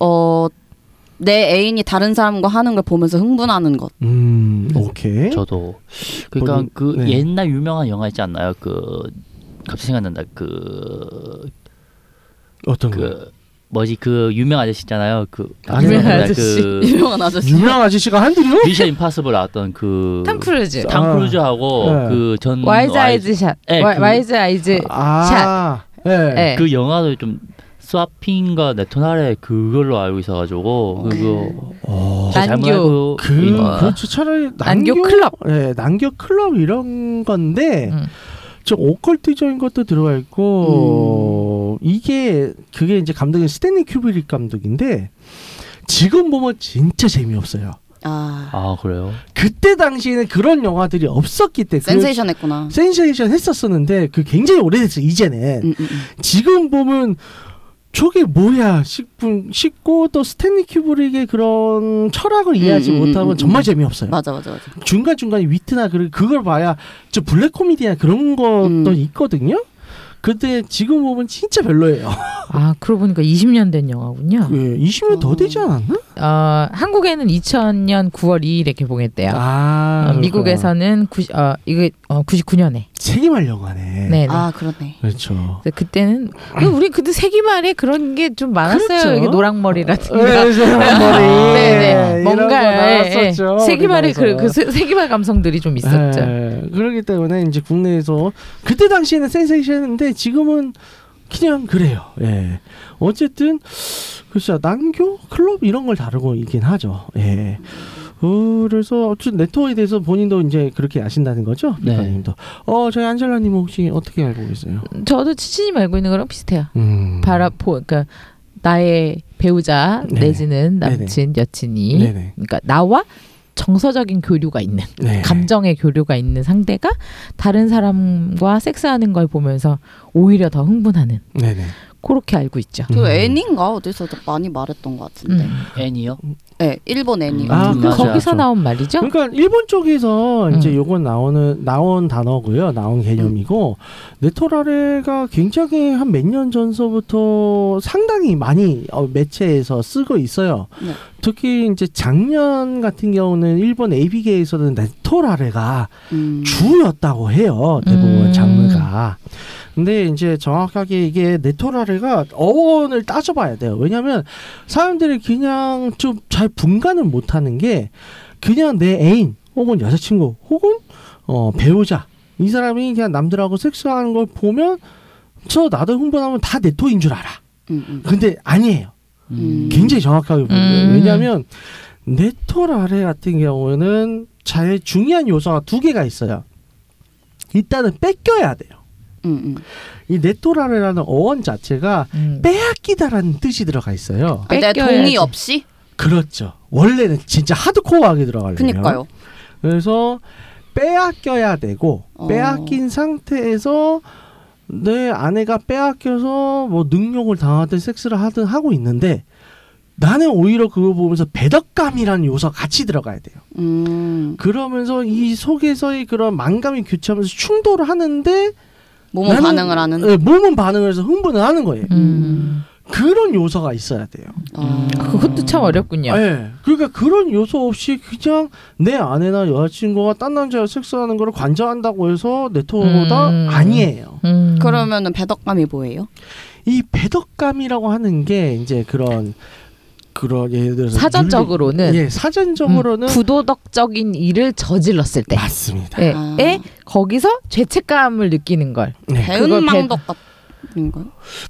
Speaker 3: 어, 내 애인이 다른 사람과 하는 걸 보면서 흥분하는 것.
Speaker 2: 음, 오케이.
Speaker 5: 저도 그러니까
Speaker 2: 본인-
Speaker 5: 그
Speaker 2: 네.
Speaker 5: 옛날 유명한 영화 있지 않나요? 그 갑자기 생각난다. 그
Speaker 2: 어떤 거?
Speaker 5: 그 뭐지 그 유명 아저씨 있잖아요. 그
Speaker 2: 아니요.
Speaker 5: 유명한
Speaker 4: 유명
Speaker 5: 그
Speaker 3: 유명한 아저씨.
Speaker 2: 유명 아저씨가 한드류?
Speaker 5: 미션 임파서블 나왔던 그
Speaker 4: 탐 크루즈. 뭐
Speaker 5: 탐
Speaker 2: 아.
Speaker 5: 크루즈하고
Speaker 2: 네.
Speaker 5: 그전
Speaker 4: 음, 와이즈 예, 아이즈 샷.
Speaker 5: 네,
Speaker 4: 와,
Speaker 5: 그-
Speaker 4: 와이즈 아이즈.
Speaker 2: 아, 예.
Speaker 4: 네.
Speaker 5: 그 영화도 좀 스와핑과 네토나레 그걸로 알고 있어가지고 그거
Speaker 2: 어,
Speaker 5: 제가 잘못
Speaker 4: 난교.
Speaker 5: 알고
Speaker 2: 그
Speaker 5: 있는 건가?
Speaker 2: 그렇죠. 차라리
Speaker 4: 난교 클럽.
Speaker 2: 예, 난교 클럽 이런 건데
Speaker 4: 음.
Speaker 2: 좀 오컬트적인 것도 들어가 있고
Speaker 3: 음.
Speaker 2: 이게 그게 이제 감독이 스탠리 큐브릭 감독인데 지금 보면 진짜 재미없어요.
Speaker 3: 아,
Speaker 5: 아 그래요?
Speaker 2: 그때 당시에는 그런 영화들이 없었기 때문에
Speaker 3: 센세이션 했구나.
Speaker 2: 그 센세이션 했었었는데 그 굉장히 오래됐어 이제는
Speaker 3: 음, 음, 음.
Speaker 2: 지금 보면 저게 뭐야 싶은 싶고 또 스탠리 큐브릭의 그런 철학을 이해하지
Speaker 3: 음, 음,
Speaker 2: 못하면
Speaker 3: 음,
Speaker 2: 정말
Speaker 3: 음.
Speaker 4: 네.
Speaker 2: 재미없어요.
Speaker 3: 맞아, 맞아, 맞아.
Speaker 2: 중간 중간에 위트나 그 그걸 봐야 저 블랙 코미디나 그런 것도
Speaker 3: 음.
Speaker 2: 있거든요. 근데 지금 보면 진짜 별로예요.
Speaker 4: 아, 그러고 보니까 20년 된 영화군요.
Speaker 2: 예, 20년 더 되지 않았나?
Speaker 4: 어, 한국에는 2000년 9월 2일에 개봉했대요. 어,
Speaker 2: 아,
Speaker 4: 미국에서는 90, 어, 이게 어, 99년에.
Speaker 2: 세기말 영화네.
Speaker 4: 네. 네.
Speaker 3: 아, 그러네.
Speaker 2: 그러니까. 그렇죠.
Speaker 4: 그래서 그때는 근데 우리 그때 세기말에 그런 게 좀 많았어요.
Speaker 2: 그렇죠.
Speaker 4: 이게 노랑머리라든가.
Speaker 2: 머리.
Speaker 4: 네네. 뭔가 예, 예.
Speaker 2: 네. 나왔었죠.
Speaker 4: 세기말의 그, 그 세- 세기말 감성들이 좀 있었죠.
Speaker 2: 예, 그렇기 때문에 이제 국내에서 그때 당시에는 센세이션인데 지금은 그냥 그래요. 예. 어쨌든 글쎄요 난교 클럽 이런 걸 다루고 있긴 하죠. 예. 어, 그래서 어쨌든 네트워크에 대해서 본인도 이제 그렇게 아신다는 거죠,
Speaker 5: 네.
Speaker 2: 비카님도. 어, 저희 안젤라님 혹시 어떻게 알고 계세요?
Speaker 4: 저도 치치님 알고 있는 거랑 비슷해요.
Speaker 2: 음.
Speaker 4: 바라보 그러니까 나의 배우자
Speaker 2: 네.
Speaker 4: 내지는 남친 여친이
Speaker 2: 네네.
Speaker 4: 그러니까 나와 정서적인 교류가 있는
Speaker 2: 네.
Speaker 4: 감정의 교류가 있는 상대가 다른 사람과 섹스하는 걸 보면서 오히려 더 흥분하는
Speaker 2: 네네.
Speaker 4: 그렇게 알고 있죠.
Speaker 3: 그
Speaker 2: 음.
Speaker 3: 애니인가 어디서 많이 말했던 것 같은데.
Speaker 4: 음.
Speaker 5: 애니요?
Speaker 3: 네, 일본 애니.
Speaker 2: 아,
Speaker 5: 음,
Speaker 2: 그
Speaker 5: 맞아.
Speaker 4: 거기서
Speaker 2: 맞아.
Speaker 4: 나온 말이죠.
Speaker 2: 그러니까 일본 쪽에서 이제
Speaker 4: 음.
Speaker 2: 요건 나오는 나온 단어고요, 나온 개념이고 네토라레가 굉장히 한 몇 년 전서부터 상당히 많이 어, 매체에서 쓰고 있어요.
Speaker 3: 네.
Speaker 2: 특히 이제 작년 같은 경우는 일본 AB계에서는 네토라레가
Speaker 3: 음.
Speaker 2: 주였다고 해요. 대부분
Speaker 4: 음.
Speaker 2: 장르가. 근데 이제 정확하게 이게 네토라레가 어원을 따져봐야 돼요. 왜냐면 사람들이 그냥 좀 잘 분간을 못하는 게 그냥 내 애인 혹은 여자친구 혹은 어, 배우자 이 사람이 그냥 남들하고 섹스하는 걸 보면 저 나도 흥분하면 다 네토인 줄 알아.
Speaker 3: 음, 음.
Speaker 2: 근데 아니에요.
Speaker 3: 음.
Speaker 2: 굉장히 정확하게 보여요.
Speaker 4: 음.
Speaker 2: 왜냐하면 네토라레 같은 경우는 제일 중요한 요소가 두 개가 있어요. 일단은 뺏겨야 돼요.
Speaker 3: 음, 음.
Speaker 2: 이 네토라레라는 어원 자체가
Speaker 4: 음.
Speaker 2: 빼앗기다라는 뜻이 들어가 있어요.
Speaker 3: 아, 내
Speaker 4: 뺏겨야지.
Speaker 3: 동의 없이?
Speaker 2: 그렇죠. 원래는 진짜 하드코어하게 들어가려면.
Speaker 3: 그니까요.
Speaker 2: 그래서 빼앗겨야 되고
Speaker 3: 어.
Speaker 2: 빼앗긴 상태에서 내 아내가 빼앗겨서 뭐 능욕을 당하든 섹스를 하든 하고 있는데 나는 오히려 그거 보면서 배덕감이라는 요소 가 같이 들어가야 돼요.
Speaker 3: 음.
Speaker 2: 그러면서 이 속에서의 그런 만감이 교차하면서 충돌을 하는데
Speaker 3: 몸은
Speaker 2: 나는-
Speaker 3: 반응을 하는.
Speaker 2: 예, 몸은 반응을 해서 흥분을 하는 거예요.
Speaker 4: 음.
Speaker 2: 그런 요소가 있어야 돼요.
Speaker 3: 어.
Speaker 4: 그것도 음. 참 어렵군요.
Speaker 2: 예. 그러니까 그런 요소 없이 그냥 내 아내나 여자친구가 딴 남자와 섹스하는 걸 관장한다고 해서 내 토가
Speaker 4: 음.
Speaker 2: 아니에요.
Speaker 4: 음.
Speaker 3: 그러면은 배덕감이 뭐예요?
Speaker 2: 이 배덕감이라고 하는 게 이제 그런 그런 예를 들어서
Speaker 4: 사전적으로는
Speaker 2: 윤리- 예 사전적으로는
Speaker 4: 음, 구도덕적인 일을 저질렀을 때.
Speaker 2: 맞습니다.
Speaker 4: 예,
Speaker 3: 아.
Speaker 4: 에 거기서 죄책감을 느끼는 걸.
Speaker 2: 네.
Speaker 4: 그걸 배-
Speaker 3: 배은망덕 같은 거요?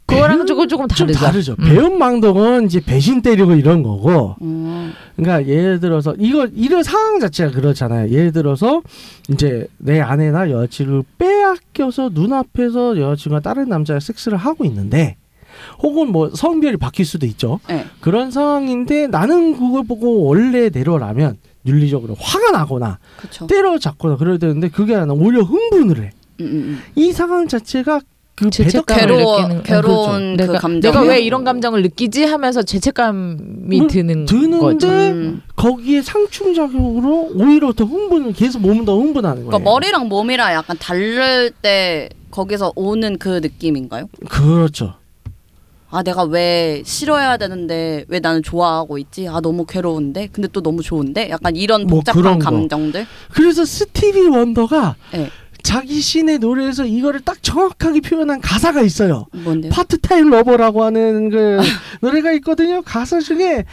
Speaker 4: 그거랑
Speaker 2: 배은-
Speaker 4: 조금 조금
Speaker 2: 좀
Speaker 4: 다르죠.
Speaker 2: 다르죠.
Speaker 4: 음.
Speaker 2: 배은망덕은 이제 배신 때리고 이런 거고
Speaker 3: 어.
Speaker 2: 그러니까 예를 들어서 이거 이런 상황 자체가 그렇잖아요. 예를 들어서 이제 내 아내나 여자친구를 빼앗겨서 눈앞에서 여자친구가 다른 남자와 섹스를 하고 있는데 혹은 뭐 성별이 바뀔 수도 있죠.
Speaker 3: 네.
Speaker 2: 그런 상황인데 나는 그걸 보고 원래대로라면 윤리적으로 화가 나거나
Speaker 3: 그렇죠.
Speaker 2: 때려잡거나 그래야 되는데 그게 아니라 오히려 흥분을 해.
Speaker 3: 음, 음, 음.
Speaker 2: 이 상황 자체가 그 배덕
Speaker 4: 죄책감을
Speaker 3: 괴로워-
Speaker 4: 그 느끼는
Speaker 3: 괴로운 그
Speaker 4: 음, 그렇죠. 내가,
Speaker 3: 감정.
Speaker 4: 내가 왜 이런 감정을 느끼지 하면서 죄책감이
Speaker 2: 음,
Speaker 4: 드는 거죠.
Speaker 2: 드는데
Speaker 3: 음.
Speaker 2: 거기에 상충작용으로 오히려 더 흥분을 계속 몸은 더 흥분하는 거예요.
Speaker 3: 그러니까 머리랑 몸이랑 약간 다를 때 거기서 오는 그 느낌인가요?
Speaker 2: 그렇죠.
Speaker 3: 아 내가 왜 싫어해야 되는데 왜 나는 좋아하고 있지? 아 너무 괴로운데 근데 또 너무 좋은데 약간 이런
Speaker 2: 뭐
Speaker 3: 복잡한
Speaker 2: 그런 거.
Speaker 3: 감정들.
Speaker 2: 그래서 스티비 원더가
Speaker 3: 네.
Speaker 2: 자기 신의 노래에서 이거를 딱 정확하게 표현한 가사가 있어요.
Speaker 3: 뭔데요?
Speaker 2: 파트타임 러버라고 하는 그 노래가 있거든요. 가사 중에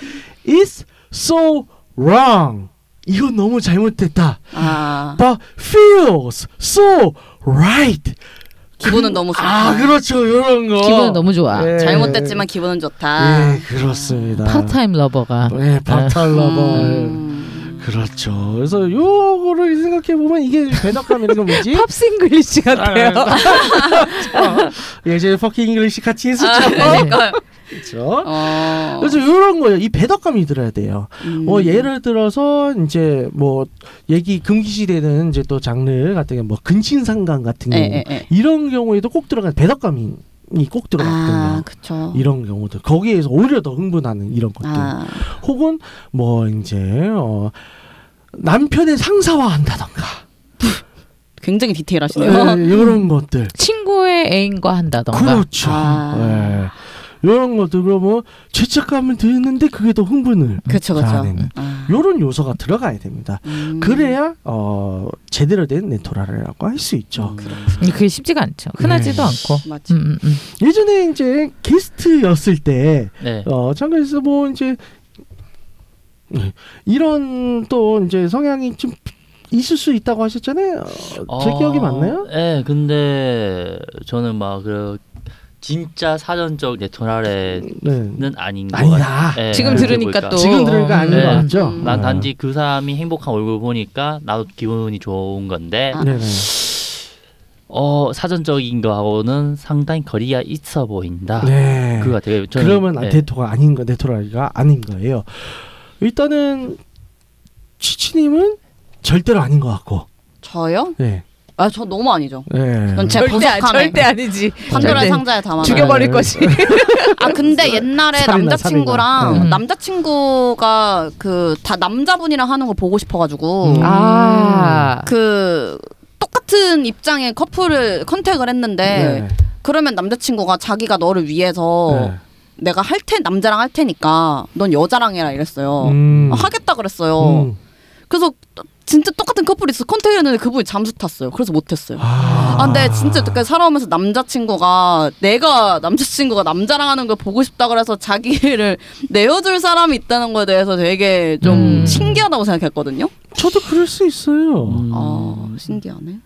Speaker 2: It's so wrong. 이건 너무 잘못됐다.
Speaker 3: 아
Speaker 2: But feels so right.
Speaker 3: 기분은
Speaker 2: 그-
Speaker 3: 너무 좋다.
Speaker 2: 아 그렇죠. 이런 거.
Speaker 4: 기분은 너무 좋아.
Speaker 2: 예.
Speaker 3: 잘못됐지만 기분은 좋다.
Speaker 2: 예 그렇습니다.
Speaker 4: 파타임 러버가.
Speaker 2: 예 파타임 러버.
Speaker 3: 음.
Speaker 2: 그렇죠. 그래서 요거를 생각해 보면 이게 배덕감이라는 건 뭐지?
Speaker 4: 팝싱글리시 같아요.
Speaker 2: 어, 예전에 퍼킹 잉글리시 같이
Speaker 3: 아,
Speaker 2: 했었죠. 어,
Speaker 3: 그러니까
Speaker 2: 그렇죠.
Speaker 3: 어.
Speaker 2: 그래서 이런 거예요. 이 배덕감이 들어야 돼요.
Speaker 3: 음.
Speaker 2: 뭐 예를 들어서 이제 뭐 얘기 금기시되는 이제 또 장르 같은 게 뭐 근친상간 같은 경우
Speaker 3: 예, 예, 예.
Speaker 2: 이런 경우에도 꼭 들어간 배덕감이 꼭
Speaker 3: 아
Speaker 2: 들어갔거든요.
Speaker 3: 그쵸.
Speaker 2: 이런 경우들 거기에서 오히려 더 흥분하는 이런 것들
Speaker 3: 아
Speaker 2: 혹은 뭐 이제 어 남편의 상사화한다던가
Speaker 3: 굉장히 디테일하시네요.
Speaker 2: 예, 이런 것들
Speaker 4: 친구의 애인과 한다던가.
Speaker 2: 그렇죠.
Speaker 3: 아.
Speaker 2: 예. 이런 것도 그러면 죄책감은 드는데 그게 더 흥분을
Speaker 3: 그쵸 그쵸.
Speaker 2: 잘하는
Speaker 3: 아.
Speaker 2: 네, 요런 요소가 들어가야 됩니다.
Speaker 3: 음.
Speaker 2: 그래야 어 제대로 된 네토라라고 할 수
Speaker 5: 음.
Speaker 2: 있죠.
Speaker 4: 음, 그게 쉽지가 않죠.
Speaker 2: 네.
Speaker 4: 흔하지도 않고.
Speaker 3: 맞지.
Speaker 4: 음, 음, 음.
Speaker 2: 예전에 이제 게스트였을 때
Speaker 5: 네.
Speaker 2: 어, 참가해서 뭐 이제 예, 이런 또 이제 성향이 좀 있을 수 있다고 하셨잖아요. 제
Speaker 5: 어,
Speaker 2: 기억이 맞나요?
Speaker 5: 네, 근데 저는 막그 진짜 사전적 네토나레는
Speaker 2: 네.
Speaker 5: 아닌 것 같아요.
Speaker 2: 아니다.
Speaker 5: 음. 네,
Speaker 4: 지금
Speaker 5: 알고
Speaker 4: 들으니까
Speaker 5: 보니까.
Speaker 4: 또
Speaker 2: 지금 들으니까 아닌
Speaker 5: 네.
Speaker 2: 것 같죠.
Speaker 3: 음.
Speaker 5: 난 단지 그 사람이 행복한 얼굴 보니까 나도 기분이 좋은 건데
Speaker 3: 아.
Speaker 2: 네네.
Speaker 5: 어 사전적인 거하고는 상당히 거리가 있어 보인다.
Speaker 2: 네.
Speaker 5: 아, 그거 되게 저는,
Speaker 2: 그러면
Speaker 5: 네.
Speaker 2: 네토가 아닌 거 네토라기가 아닌 거예요. 일단은 치치님은 절대로 아닌 것 같고.
Speaker 3: 저요?
Speaker 2: 네.
Speaker 3: 아 저 너무 아니죠.
Speaker 2: 네.
Speaker 3: 전 제-
Speaker 4: 절대, 아-
Speaker 3: 보석함에.
Speaker 4: 절대 아니지.
Speaker 3: 판도라
Speaker 4: 절대.
Speaker 3: 상자에 담아.
Speaker 2: 죽여-
Speaker 4: 죽여버릴 것이.
Speaker 3: 아 근데 옛날에
Speaker 2: 살인나,
Speaker 3: 남자친구랑
Speaker 2: 살인나.
Speaker 4: 네.
Speaker 3: 남자친구가 그 다 남자분이랑 하는 거 보고 싶어가지고
Speaker 2: 음.
Speaker 4: 아.
Speaker 3: 그 똑같은 입장의 커플을 컨택을
Speaker 2: 네.
Speaker 3: 했는데
Speaker 4: 네.
Speaker 3: 그러면 남자친구가 자기가 너를 위해서 내가 할 테 남자랑 할 테니까 넌 여자랑 해라 이랬어요.
Speaker 2: 음.
Speaker 3: 아, 하겠다 그랬어요.
Speaker 2: 음.
Speaker 3: 그래서 또- 진짜 똑같은 커플이 있어 컨택했는데 그분이 잠수 탔어요. 그래서 못했어요.
Speaker 2: 아.
Speaker 3: 아, 근데 진짜 여태까지 살아오면서 남자친구가 내가 남자친구가 남자랑 하는 걸 보고 싶다 그래서 자기를 내어줄 사람이 있다는 거에 대해서 되게 좀
Speaker 4: 음.
Speaker 3: 신기하다고 생각했거든요.
Speaker 2: 저도 그럴 수 있어요.
Speaker 5: 음,
Speaker 3: 아 신기하네.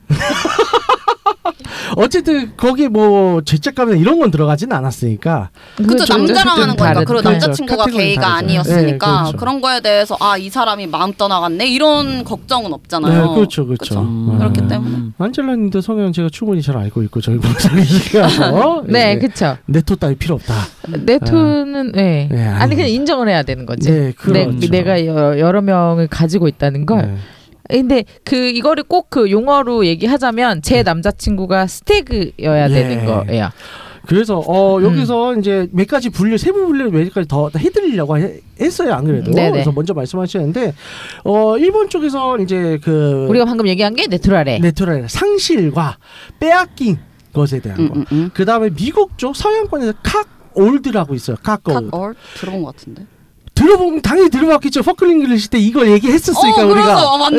Speaker 2: 어쨌든 거기 뭐 죄책감이나 이런 건 들어가진 않았으니까.
Speaker 3: 그쵸 남자랑 하는 거니까 그리고
Speaker 2: 다르죠. 그렇죠.
Speaker 3: 남자친구가
Speaker 2: 카테고리는
Speaker 3: 게이가
Speaker 2: 다르죠. 네,
Speaker 3: 아니었으니까
Speaker 2: 그렇죠.
Speaker 3: 그런 거에 대해서 아 이 사람이 마음 떠나갔네 이런 걱정은
Speaker 2: 네,
Speaker 3: 없잖아요.
Speaker 2: 그렇죠, 그렇죠.
Speaker 5: 음.
Speaker 3: 그렇기
Speaker 2: 음.
Speaker 3: 때문에.
Speaker 2: 안젤라님도 성향 제가 충분히 잘 알고 있고 저희 방송이니까
Speaker 4: 네, 그쵸.
Speaker 2: 네토 따위 필요 없다.
Speaker 4: 네토는, 네.
Speaker 2: 네,
Speaker 4: 아니,
Speaker 2: 아니.
Speaker 4: 그냥 인정을 해야 되는 거지.
Speaker 2: 네, 그렇죠.
Speaker 4: 내, 가 여러, 여러 명을 가지고 있다는
Speaker 2: 네.
Speaker 4: 걸. 근데 그 이거를 꼭 그 용어로 얘기하자면
Speaker 2: 음.
Speaker 4: 제 남자친구가 스태그여야
Speaker 2: 예.
Speaker 4: 되는 거예요.
Speaker 2: 그래서 어 여기서
Speaker 3: 음.
Speaker 2: 이제 몇 가지 분류 세부 분류 몇 가지 더 해드리려고 해- 했어요 안 그래도
Speaker 4: 네네.
Speaker 2: 그래서 먼저 말씀하시는데 어 일본 쪽에서 이제 그
Speaker 3: 네.
Speaker 2: 네.
Speaker 4: 우리가 방금 얘기한 게 네트럴에.
Speaker 2: 네트럴 상실과 빼앗긴 것에 대한
Speaker 3: 음,
Speaker 2: 거.
Speaker 3: 음, 음.
Speaker 2: 그 다음에 미국 쪽 서양권에서 칵 올드라고 있어요. 칵 올드.
Speaker 3: 컷얼 들어본 것 같은데.
Speaker 2: 들어보면 당연히 들어봤겠죠. 퍼클링글리시 때 이걸 얘기했었으니까
Speaker 3: 어,
Speaker 2: 우리가.
Speaker 3: 그래서, 어, 맞네,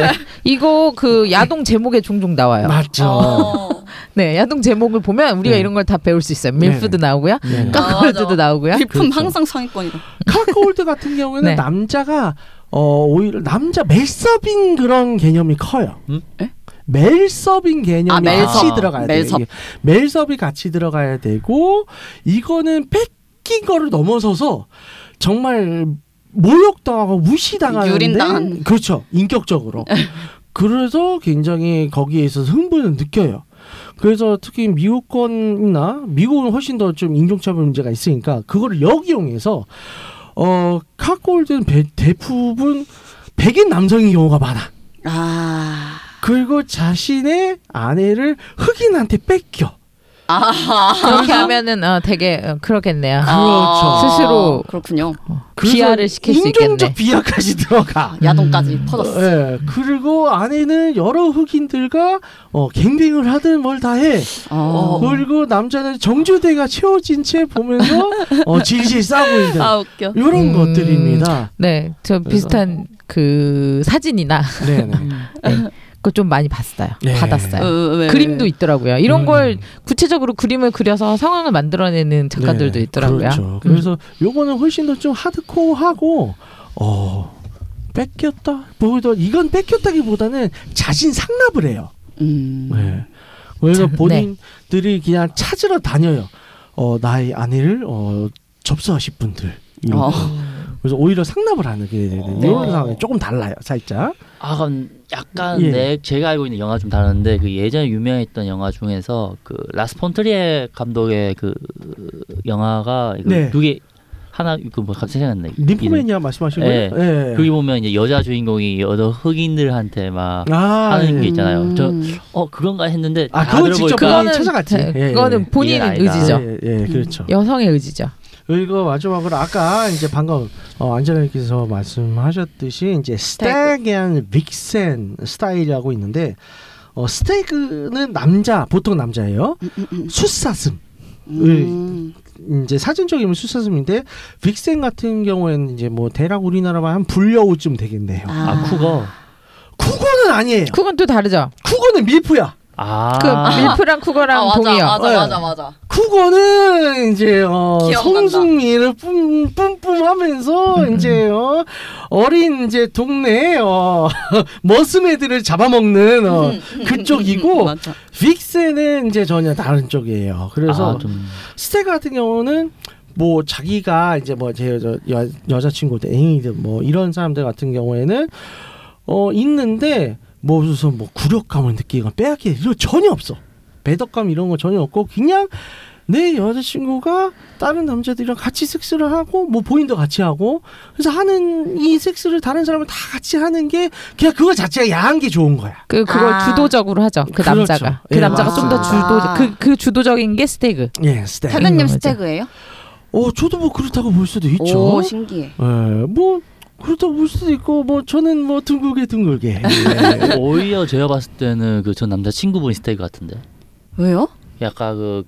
Speaker 3: 맞네.
Speaker 4: 이거 그 야동 제목에 종종 나와요.
Speaker 2: 맞죠.
Speaker 3: 어.
Speaker 4: 네, 야동 제목을 보면 우리가
Speaker 2: 네.
Speaker 4: 이런 걸 다 배울 수 있어요. 밀프도 나오고요.
Speaker 2: 네.
Speaker 3: 깍-
Speaker 4: 까꿀드도
Speaker 3: 맞아.
Speaker 4: 나오고요.
Speaker 3: 비품
Speaker 2: 그렇죠.
Speaker 3: 항상 상위권이다.
Speaker 2: 카카올드 같은 경우에는
Speaker 4: 네.
Speaker 2: 남자가 어 오히려 남자 멜섭인 그런 개념이 커요. 예?
Speaker 5: 음?
Speaker 3: 에?
Speaker 2: 멜섭인 개념이
Speaker 3: 아, 멜섭.
Speaker 2: 같이 들어가야 돼요.
Speaker 3: 멜섭.
Speaker 2: 이게 멜섭이 같이 들어가야 되고 이거는 뺏긴 거를 넘어서서 정말 모욕당하고 무시당하는데
Speaker 3: 유린당한.
Speaker 2: 그렇죠 인격적으로 그래서 굉장히 거기에 있어서 흥분을 느껴요. 그래서 특히 미국권이나 미국은 훨씬 더 좀 인종차별 문제가 있으니까 그거를 역이용해서 어 카골드는 배- 대부분 백인 남성인 경우가 많아.
Speaker 3: 아.
Speaker 2: 그리고 자신의 아내를 흑인한테 뺏겨.
Speaker 4: 그렇게 하면은 어, 되게 어, 그렇겠네요.
Speaker 2: 그렇죠.
Speaker 4: 스스로
Speaker 3: 아. 그렇군요.
Speaker 2: 그래서
Speaker 4: 비하를 시킬 수 있겠네.
Speaker 2: 인종적 비하까지 들어가.
Speaker 3: 야동까지 터졌어.
Speaker 2: 예, 그리고 아내는 여러 흑인들과 어, 갱뱅을 하든 뭘 다 해.
Speaker 3: 어.
Speaker 2: 그리고 남자는 정주대가 채워진 채 보면서 어, 질질 싸고 있는
Speaker 3: 아 웃겨.
Speaker 2: 이런
Speaker 4: 음.
Speaker 2: 것들입니다.
Speaker 4: 네, 저 비슷한 그 사진이나
Speaker 2: 네네.
Speaker 4: 음, 그거 좀 많이 봤어요.
Speaker 2: 네.
Speaker 4: 받았어요.
Speaker 3: 어, 왜,
Speaker 4: 그림도
Speaker 3: 왜.
Speaker 4: 있더라고요. 이런
Speaker 2: 음.
Speaker 4: 걸 구체적으로 그림을 그려서 상황을 만들어내는 작가들도
Speaker 2: 네,
Speaker 4: 있더라고요.
Speaker 2: 그렇죠.
Speaker 4: 음.
Speaker 2: 그래서 요거는 훨씬 더 좀 하드코어하고 어 뺏겼다. 보다 이건 뺏겼다기보다는 자신 상납을 해요.
Speaker 3: 음.
Speaker 2: 네. 그래서
Speaker 4: 자,
Speaker 2: 본인들이 그냥 찾으러 다녀요. 어 나의 아내를 어 접수하실 분들. 이런
Speaker 3: 어.
Speaker 2: 거. 그래서 오히려 상납을 하는 게 되는
Speaker 5: 네.
Speaker 2: 이런 상황이 조금 달라요, 살짝.
Speaker 5: 아 그럼 약간
Speaker 2: 예.
Speaker 5: 내 제가 알고 있는 영화 좀 다른데 그 예전에 유명했던 영화 중에서 그 라스 폰트리에 감독의 그 영화가
Speaker 2: 네.
Speaker 5: 두개 하나 그뭐 갑자기 생각났네.
Speaker 2: 님포맨이야 말씀하신 거예요? 예.
Speaker 5: 거기 보면 이제 여자 주인공이 여러 흑인들한테 막
Speaker 2: 아,
Speaker 5: 하는 게
Speaker 2: 예.
Speaker 5: 있잖아요.
Speaker 3: 음.
Speaker 5: 저 어 그런가 했는데
Speaker 2: 아,
Speaker 5: 다
Speaker 2: 그건 직접
Speaker 5: 들어보니까
Speaker 2: 본인이 찾아갔지.
Speaker 4: 네,
Speaker 2: 예, 예,
Speaker 4: 그거는
Speaker 2: 예.
Speaker 4: 본인
Speaker 5: 이해는 아니다.
Speaker 4: 의지죠.
Speaker 2: 예, 예, 그렇죠.
Speaker 4: 여성의 의지죠.
Speaker 2: 그리고 마지막으로 아까 이제 방금 어, 안젤라님께서 말씀하셨듯이 이제 스태그한 빅센 스타일이라고 있는데 어, 스태그는 남자 보통 남자예요.
Speaker 3: 음, 음, 음.
Speaker 2: 숫사슴
Speaker 3: 음.
Speaker 2: 이제 사전적이면 숫사슴인데 빅센 같은 경우에는 이제 뭐 대략 우리나라만 한 불려우쯤 되겠네요.
Speaker 5: 아 쿠거
Speaker 2: 쿠거는 아니에요.
Speaker 4: 그건 또 다르죠.
Speaker 2: 쿠거는 밀프야.
Speaker 5: 아
Speaker 4: 그 밀프랑 쿠거랑
Speaker 3: 아, 맞아,
Speaker 4: 동이요.
Speaker 2: 네.
Speaker 3: 맞아, 맞아, 맞아.
Speaker 2: 쿠거는 이제 어
Speaker 3: 기억난다. 음.
Speaker 2: 성숙미를 뿜 뿜뿜하면서 이제 어 어린 이제 동네 어 머스매들을 잡아먹는 어 그쪽이고
Speaker 3: 음. 맞아.
Speaker 2: 빅스는 이제 전혀 다른 쪽이에요. 그래서
Speaker 5: 아, 좀
Speaker 2: 스테가 같은 경우는 뭐 자기가 이제 뭐제 여자 여자친구든 애인이든 뭐 이런 사람들 같은 경우에는 어 있는데 뭐 무슨 뭐 굴욕감을 느끼거나 빼앗기 이런 거 전혀 없어 배덕감 이런 거 전혀 없고 그냥 내 여자친구가 다른 남자들이랑 같이 섹스를 하고 뭐 보인도 같이 하고 그래서 하는 이 섹스를 다른 사람을 다 같이 하는 게 그냥 그거 자체가 야한 게 좋은 거야.
Speaker 4: 그 그걸
Speaker 3: 아.
Speaker 4: 주도적으로 하죠. 그
Speaker 2: 그렇죠.
Speaker 4: 남자가 그
Speaker 2: 예,
Speaker 4: 남자가 좀 더
Speaker 3: 맞습니다.
Speaker 4: 주도 그 그 주도적인 게 스테이크.
Speaker 2: 예, 스테가.
Speaker 4: 음,
Speaker 3: 사장님
Speaker 4: 맞아.
Speaker 3: 스태그예요?
Speaker 2: 어, 저도 뭐 그렇다고 볼 수도 있죠.
Speaker 3: 오 신기해.
Speaker 2: 예, 뭐 그렇다고 볼 수도 있고 뭐 저는 뭐 둥글게 둥글게 예.
Speaker 5: 뭐 오히려 제가 봤을 때는 그 전 남자 친구분이 스타일 같은데
Speaker 3: 왜요?
Speaker 5: 약간 그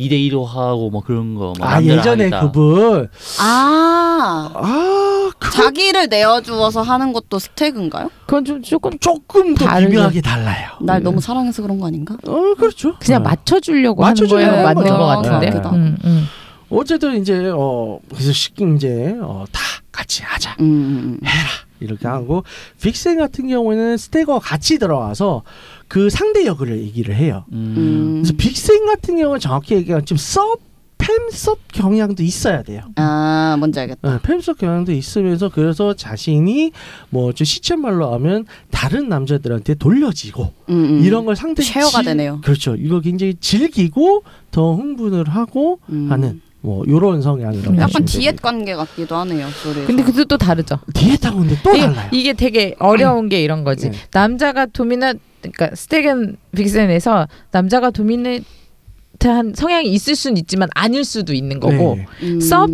Speaker 5: 2대 2로 하고 뭐 그런 거막
Speaker 2: 아 예전에 그분
Speaker 3: 아
Speaker 2: 아 그거
Speaker 3: 자기를 내어주어서 하는 것도 스태그인가요?
Speaker 4: 그건 좀 조금
Speaker 2: 조금 더
Speaker 4: 다르죠.
Speaker 2: 미묘하게 달라요
Speaker 3: 날 너무 사랑해서 그런 거 아닌가?
Speaker 2: 어 그렇죠
Speaker 4: 그냥
Speaker 2: 어.
Speaker 4: 맞춰주려고
Speaker 2: 맞춰주려고
Speaker 4: 하는
Speaker 2: 하는
Speaker 4: 거예요. 맞는
Speaker 2: 거죠. 어,
Speaker 4: 것 같은데.
Speaker 3: 네.
Speaker 4: 음, 음.
Speaker 2: 어쨌든 이제 어 그래서 식긴 이제 어, 다 같이 하자
Speaker 3: 음.
Speaker 2: 이렇게 하고 빅센 같은 경우에는 스테거 같이 들어와서 그 상대 역을 얘기를 해요
Speaker 5: 음.
Speaker 3: 음.
Speaker 2: 그래서 빅센 같은 경우는 정확히 얘기하면 좀썹 팸썹 경향도 있어야 돼요
Speaker 3: 아 뭔지 알겠다.
Speaker 2: 네, 팸스 경향도 있으면서 그래서 자신이 뭐좀 시쳇말로 하면 다른 남자들한테 돌려지고
Speaker 3: 음, 음.
Speaker 2: 이런 걸 상당히
Speaker 3: 쉐어가 되네요.
Speaker 2: 그렇죠. 이거 굉장히 즐기고 더 흥분을 하고
Speaker 3: 음.
Speaker 2: 하는 뭐 요런 성향이라고
Speaker 3: 약간
Speaker 2: 보시면
Speaker 3: 디엣
Speaker 2: 됩니다.
Speaker 3: 관계 같기도 하네요. 소리.
Speaker 4: 근데 그것도 또 다르죠.
Speaker 2: 디엣하고 근데 또
Speaker 4: 예, 이게,
Speaker 2: 달라요.
Speaker 4: 이게 되게 어려운 게 이런 거지.
Speaker 2: 네.
Speaker 4: 남자가 도미나 그러니까 스테겐 빅센에서 남자가 도미네한 성향이 있을 수는 있지만 아닐 수도 있는 거고
Speaker 2: 네.
Speaker 3: 음.
Speaker 4: 썹?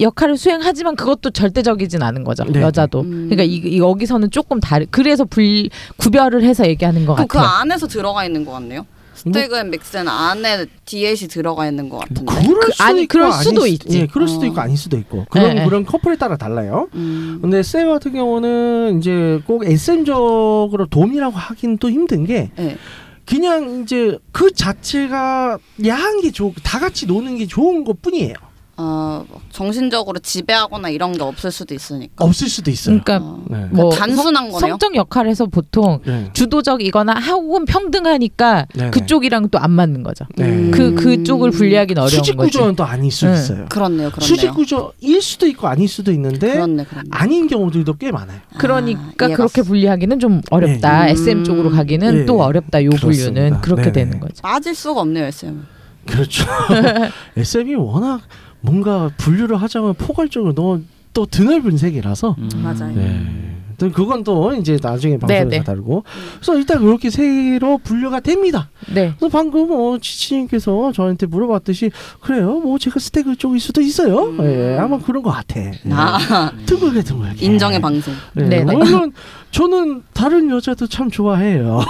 Speaker 4: 역할을 수행하지만 그것도 절대적이진 않은 거죠.
Speaker 2: 네.
Speaker 4: 여자도.
Speaker 3: 음.
Speaker 4: 그러니까 이, 이 여기서는 조금 다르. 그래서 불 구별을 해서 얘기하는 것
Speaker 3: 그럼 그
Speaker 4: 같아요.
Speaker 3: 안에서 들어가 있는 것 같네요. 스틱은 믹스는 안에 디엣이 들어가 있는 것 같은데.
Speaker 2: 뭐 그럴
Speaker 4: 그-
Speaker 2: 수도
Speaker 4: 아니,
Speaker 2: 있고
Speaker 4: 그럴
Speaker 2: 아닐
Speaker 4: 수도
Speaker 2: 수-
Speaker 4: 있지.
Speaker 2: 예, 그럴 수도
Speaker 3: 어.
Speaker 2: 있고 아닐 수도 있고. 그런
Speaker 4: 예, 예.
Speaker 2: 그런 커플에 따라 달라요.
Speaker 3: 음.
Speaker 2: 근데 세 같은 경우는 이제 꼭 SM적으로 돔이라고 하긴 또 힘든 게
Speaker 3: 네.
Speaker 2: 그냥 이제 그 자체가 야한 게 좋고 다 같이 노는 게 좋은 것 뿐이에요.
Speaker 3: 어, 정신적으로 지배하거나 이런 게 없을 수도 있으니까.
Speaker 2: 없을 수도 있어요.
Speaker 4: 그러니까 음,
Speaker 3: 어.
Speaker 2: 네.
Speaker 4: 뭐
Speaker 3: 단순한 거네요.
Speaker 4: 성적 역할에서 보통
Speaker 2: 네.
Speaker 4: 주도적이거나 혹은 평등하니까
Speaker 2: 네네.
Speaker 4: 그쪽이랑 또 안 맞는 거죠.
Speaker 2: 네.
Speaker 4: 그 그쪽을 분리하긴 어려운
Speaker 2: 수직
Speaker 4: 거지.
Speaker 2: 구조는 또 아닐 수
Speaker 4: 네.
Speaker 2: 있어요.
Speaker 3: 그렇네요. 그렇네요.
Speaker 2: 수직 구조일 수도 있고 아닐 수도 있는데
Speaker 3: 그렇네. 그렇네.
Speaker 2: 아닌 경우들도 꽤 많아요.
Speaker 4: 그러니까
Speaker 3: 아, 이해가
Speaker 4: 그렇게
Speaker 3: 갔어.
Speaker 4: 분리하기는 좀 어렵다.
Speaker 3: 예.
Speaker 4: SM 쪽으로 가기는
Speaker 2: 예.
Speaker 4: 또 어렵다. 요 분류는
Speaker 2: 그렇습니다.
Speaker 4: 그렇게
Speaker 2: 네네.
Speaker 4: 되는 거죠.
Speaker 3: 빠질 수가 없네요, SM.
Speaker 2: 그렇죠. SM이 워낙 뭔가 분류를 하자면 포괄적으로 너무 또 드넓은 세계라서
Speaker 4: 음.
Speaker 3: 맞아요.
Speaker 2: 네. 또 그건 또 이제 나중에 방송에서
Speaker 4: 네, 네.
Speaker 2: 다루고 그래서 일단 그렇게 세로 분류가 됩니다.
Speaker 4: 네.
Speaker 2: 그래서 방금 어, 지치님께서 저한테 물어봤듯이 그래요. 뭐 제가 스태그 쪽일 수도 있어요.
Speaker 4: 음.
Speaker 2: 예, 아마 그런 것 같아. 예.
Speaker 3: 아,
Speaker 2: 드물게 드물게.
Speaker 3: 인정의 방송.
Speaker 2: 예,
Speaker 4: 네, 네.
Speaker 2: 물론 저는 다른 여자도 참 좋아해요.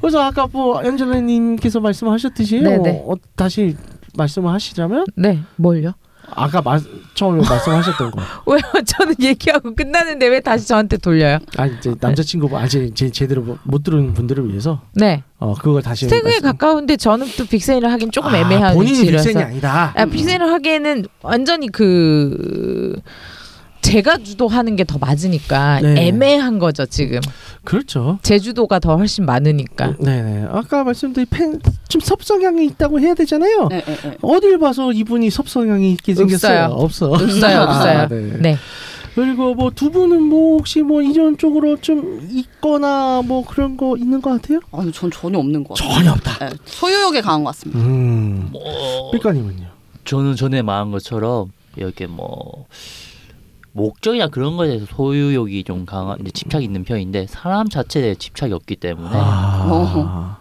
Speaker 2: 그래서 아까 뭐 엔젤라님께서 말씀하셨듯이
Speaker 4: 네,
Speaker 2: 어,
Speaker 4: 네.
Speaker 2: 어, 다시 말씀을 하시자면
Speaker 4: 네. 뭘요?
Speaker 2: 아까 마, 처음에 말씀하셨던 거.
Speaker 4: 왜요? 저는 얘기하고 끝나는데 왜 다시 저한테 돌려요?
Speaker 2: 아 이제 남자친구 분, 아직 제, 제대로 못- 못 들은 분들을 위해서
Speaker 4: 네.
Speaker 2: 어 그걸 다시
Speaker 4: 스태그에
Speaker 2: 말씀-
Speaker 4: 가까운데 저는 또 빅센을 하긴 조금
Speaker 2: 아,
Speaker 4: 애매한
Speaker 2: 본인이
Speaker 4: 위치라서.
Speaker 2: 빅센이 아니다.
Speaker 4: 아, 빅센을 하기에는 완전히 그 제가 주도하는 게 더 맞으니까
Speaker 2: 네.
Speaker 4: 애매한 거죠 지금
Speaker 2: 그렇죠.
Speaker 4: 제주도가 더 훨씬 많으니까
Speaker 2: 네네. 아까 말씀드린 팬좀 섭성향이 있다고 해야 되잖아요.
Speaker 3: 네, 네, 네.
Speaker 2: 어딜 봐서 이분이 섭성향이 있게 생겼어요? 없어.
Speaker 4: 없어요 없어요
Speaker 2: 아,
Speaker 4: 네.
Speaker 2: 네. 그리고 뭐 두 분은 뭐 혹시 뭐 이전 쪽으로 좀 있거나 뭐 그런 거 있는 것 같아요?
Speaker 3: 아니, 전 전혀 없는 것 같아요.
Speaker 2: 전혀 없다.
Speaker 3: 네, 소유욕에 강한 것 같습니다.
Speaker 2: 음.
Speaker 4: 뭐.
Speaker 2: 삐까님은요?
Speaker 4: 네.
Speaker 5: 저는 전에 말한 것처럼 이렇게 뭐 목적이나 그런 거에 대해서 소유욕이 좀 강한 이제 집착이 있는 편인데 사람 자체에 대해 집착이 없기 때문에
Speaker 2: 아.
Speaker 4: 어.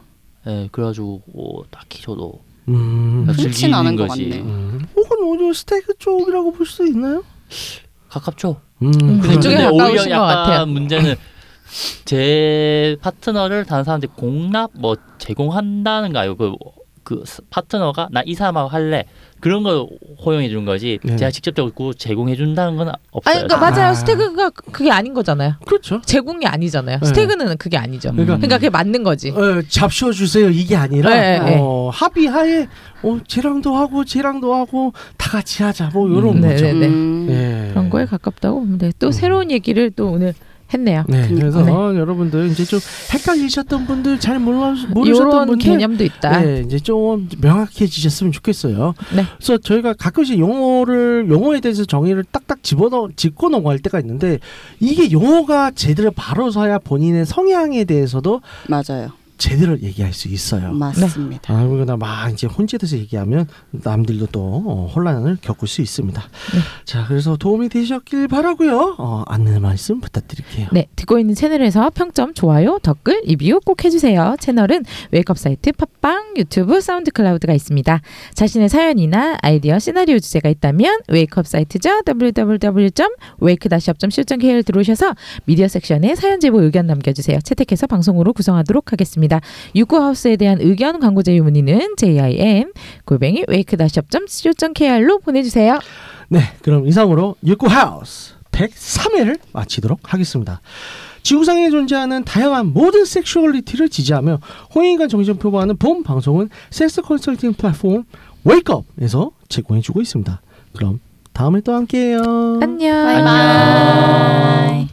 Speaker 5: 예, 그래가지고 뭐 딱히 저도
Speaker 2: 음.
Speaker 3: 그렇진
Speaker 5: 즐기는
Speaker 3: 않은 것
Speaker 5: 것이
Speaker 3: 같네요.
Speaker 2: 음. 혹은 오히려 스테이크 쪽이라고 볼 수도 있나요?
Speaker 5: 가깝죠.
Speaker 2: 음.
Speaker 4: 근데 그쪽에
Speaker 5: 근데 오히려
Speaker 4: 가까우신 것
Speaker 5: 약간
Speaker 4: 같아요.
Speaker 5: 문제는 제 파트너를 다른 사람한테 공납 뭐 제공한다는 거 아니고 그, 그 스- 파트너가 나 이 사람하고 할래 그런 걸 허용해 주는 거지
Speaker 2: 네.
Speaker 5: 제가 직접적으로 제공해 준다는 건 없어요.
Speaker 4: 아니 그러니까
Speaker 2: 아.
Speaker 4: 맞아요 스태그가 그게 아닌 거잖아요
Speaker 2: 그렇죠.
Speaker 4: 제공이 아니잖아요
Speaker 2: 네.
Speaker 4: 스태그는 그게 아니죠
Speaker 2: 그러니까-
Speaker 4: 그러니까 그게 맞는 거지
Speaker 2: 어, 잡숴 주세요 이게 아니라
Speaker 4: 네, 네,
Speaker 2: 어, 합의하에 어, 쟤랑도 하고 쟤랑도 하고 다 같이 하자 뭐 이런
Speaker 5: 음,
Speaker 2: 거죠.
Speaker 4: 네, 네.
Speaker 3: 음.
Speaker 2: 예.
Speaker 4: 그런 거에 가깝다고 보면 돼또
Speaker 2: 음.
Speaker 4: 새로운 얘기를 또 오늘 했네요
Speaker 2: 네, 그래서
Speaker 4: 네.
Speaker 2: 어, 여러분들 이제 좀 헷갈리셨던 분들 잘 몰라 모르셨던
Speaker 4: 이런
Speaker 2: 분들
Speaker 4: 개념도 있다
Speaker 2: 네, 이제 좀 명확해지셨으면 좋겠어요.
Speaker 4: 네.
Speaker 2: 그래서 저희가 가끔씩 용어를 용어에 대해서 정의를 딱딱 집어넣 짚고 넘어갈 때가 있는데 이게 용어가 제대로 바로 서야 본인의 성향에 대해서도
Speaker 3: 맞아요.
Speaker 2: 제대로 얘기할 수
Speaker 4: 네.
Speaker 2: 있어요.
Speaker 3: 맞습니다.
Speaker 2: 아무거나 그러니까 막 이제 혼자돼서 얘기하면 남들도 또 어, 혼란을 겪을 수 있습니다.
Speaker 4: 네.
Speaker 2: 자, 그래서 도움이 되셨길 바라고요. 어, 안내 말씀 부탁드릴게요.
Speaker 4: 네, 듣고 있는 채널에서 평점, 좋아요, 댓글, 리뷰 꼭 해주세요. 채널은 웨이크업 사이트, 팟빵, 유튜브, 사운드 클라우드가 있습니다. 자신의 사연이나 아이디어, 시나리오 주제가 있다면 웨이크업 사이트죠. www.wake-up.co.kr 들어오셔서 미디어 섹션에 사연 제보 의견 남겨주세요. 채택해서 방송으로 구성하도록 하겠습니다. 유쿠하우스에 대한 의견, 광고 제휴 문의는 jim 골뱅이 wake-up.co.kr로 보내주세요.
Speaker 2: 네, 그럼 이상으로 육구하우스 103회를 마치도록 하겠습니다. 지구상에 존재하는 다양한 모든 섹슈얼리티를 지지하며 호의인간 정신을 표방하는 본 방송은 섹스 컨설팅 플랫폼 웨이크업에서 제공해주고 있습니다. 그럼 다음에 또 함께해요.
Speaker 4: 안녕.
Speaker 5: 안녕.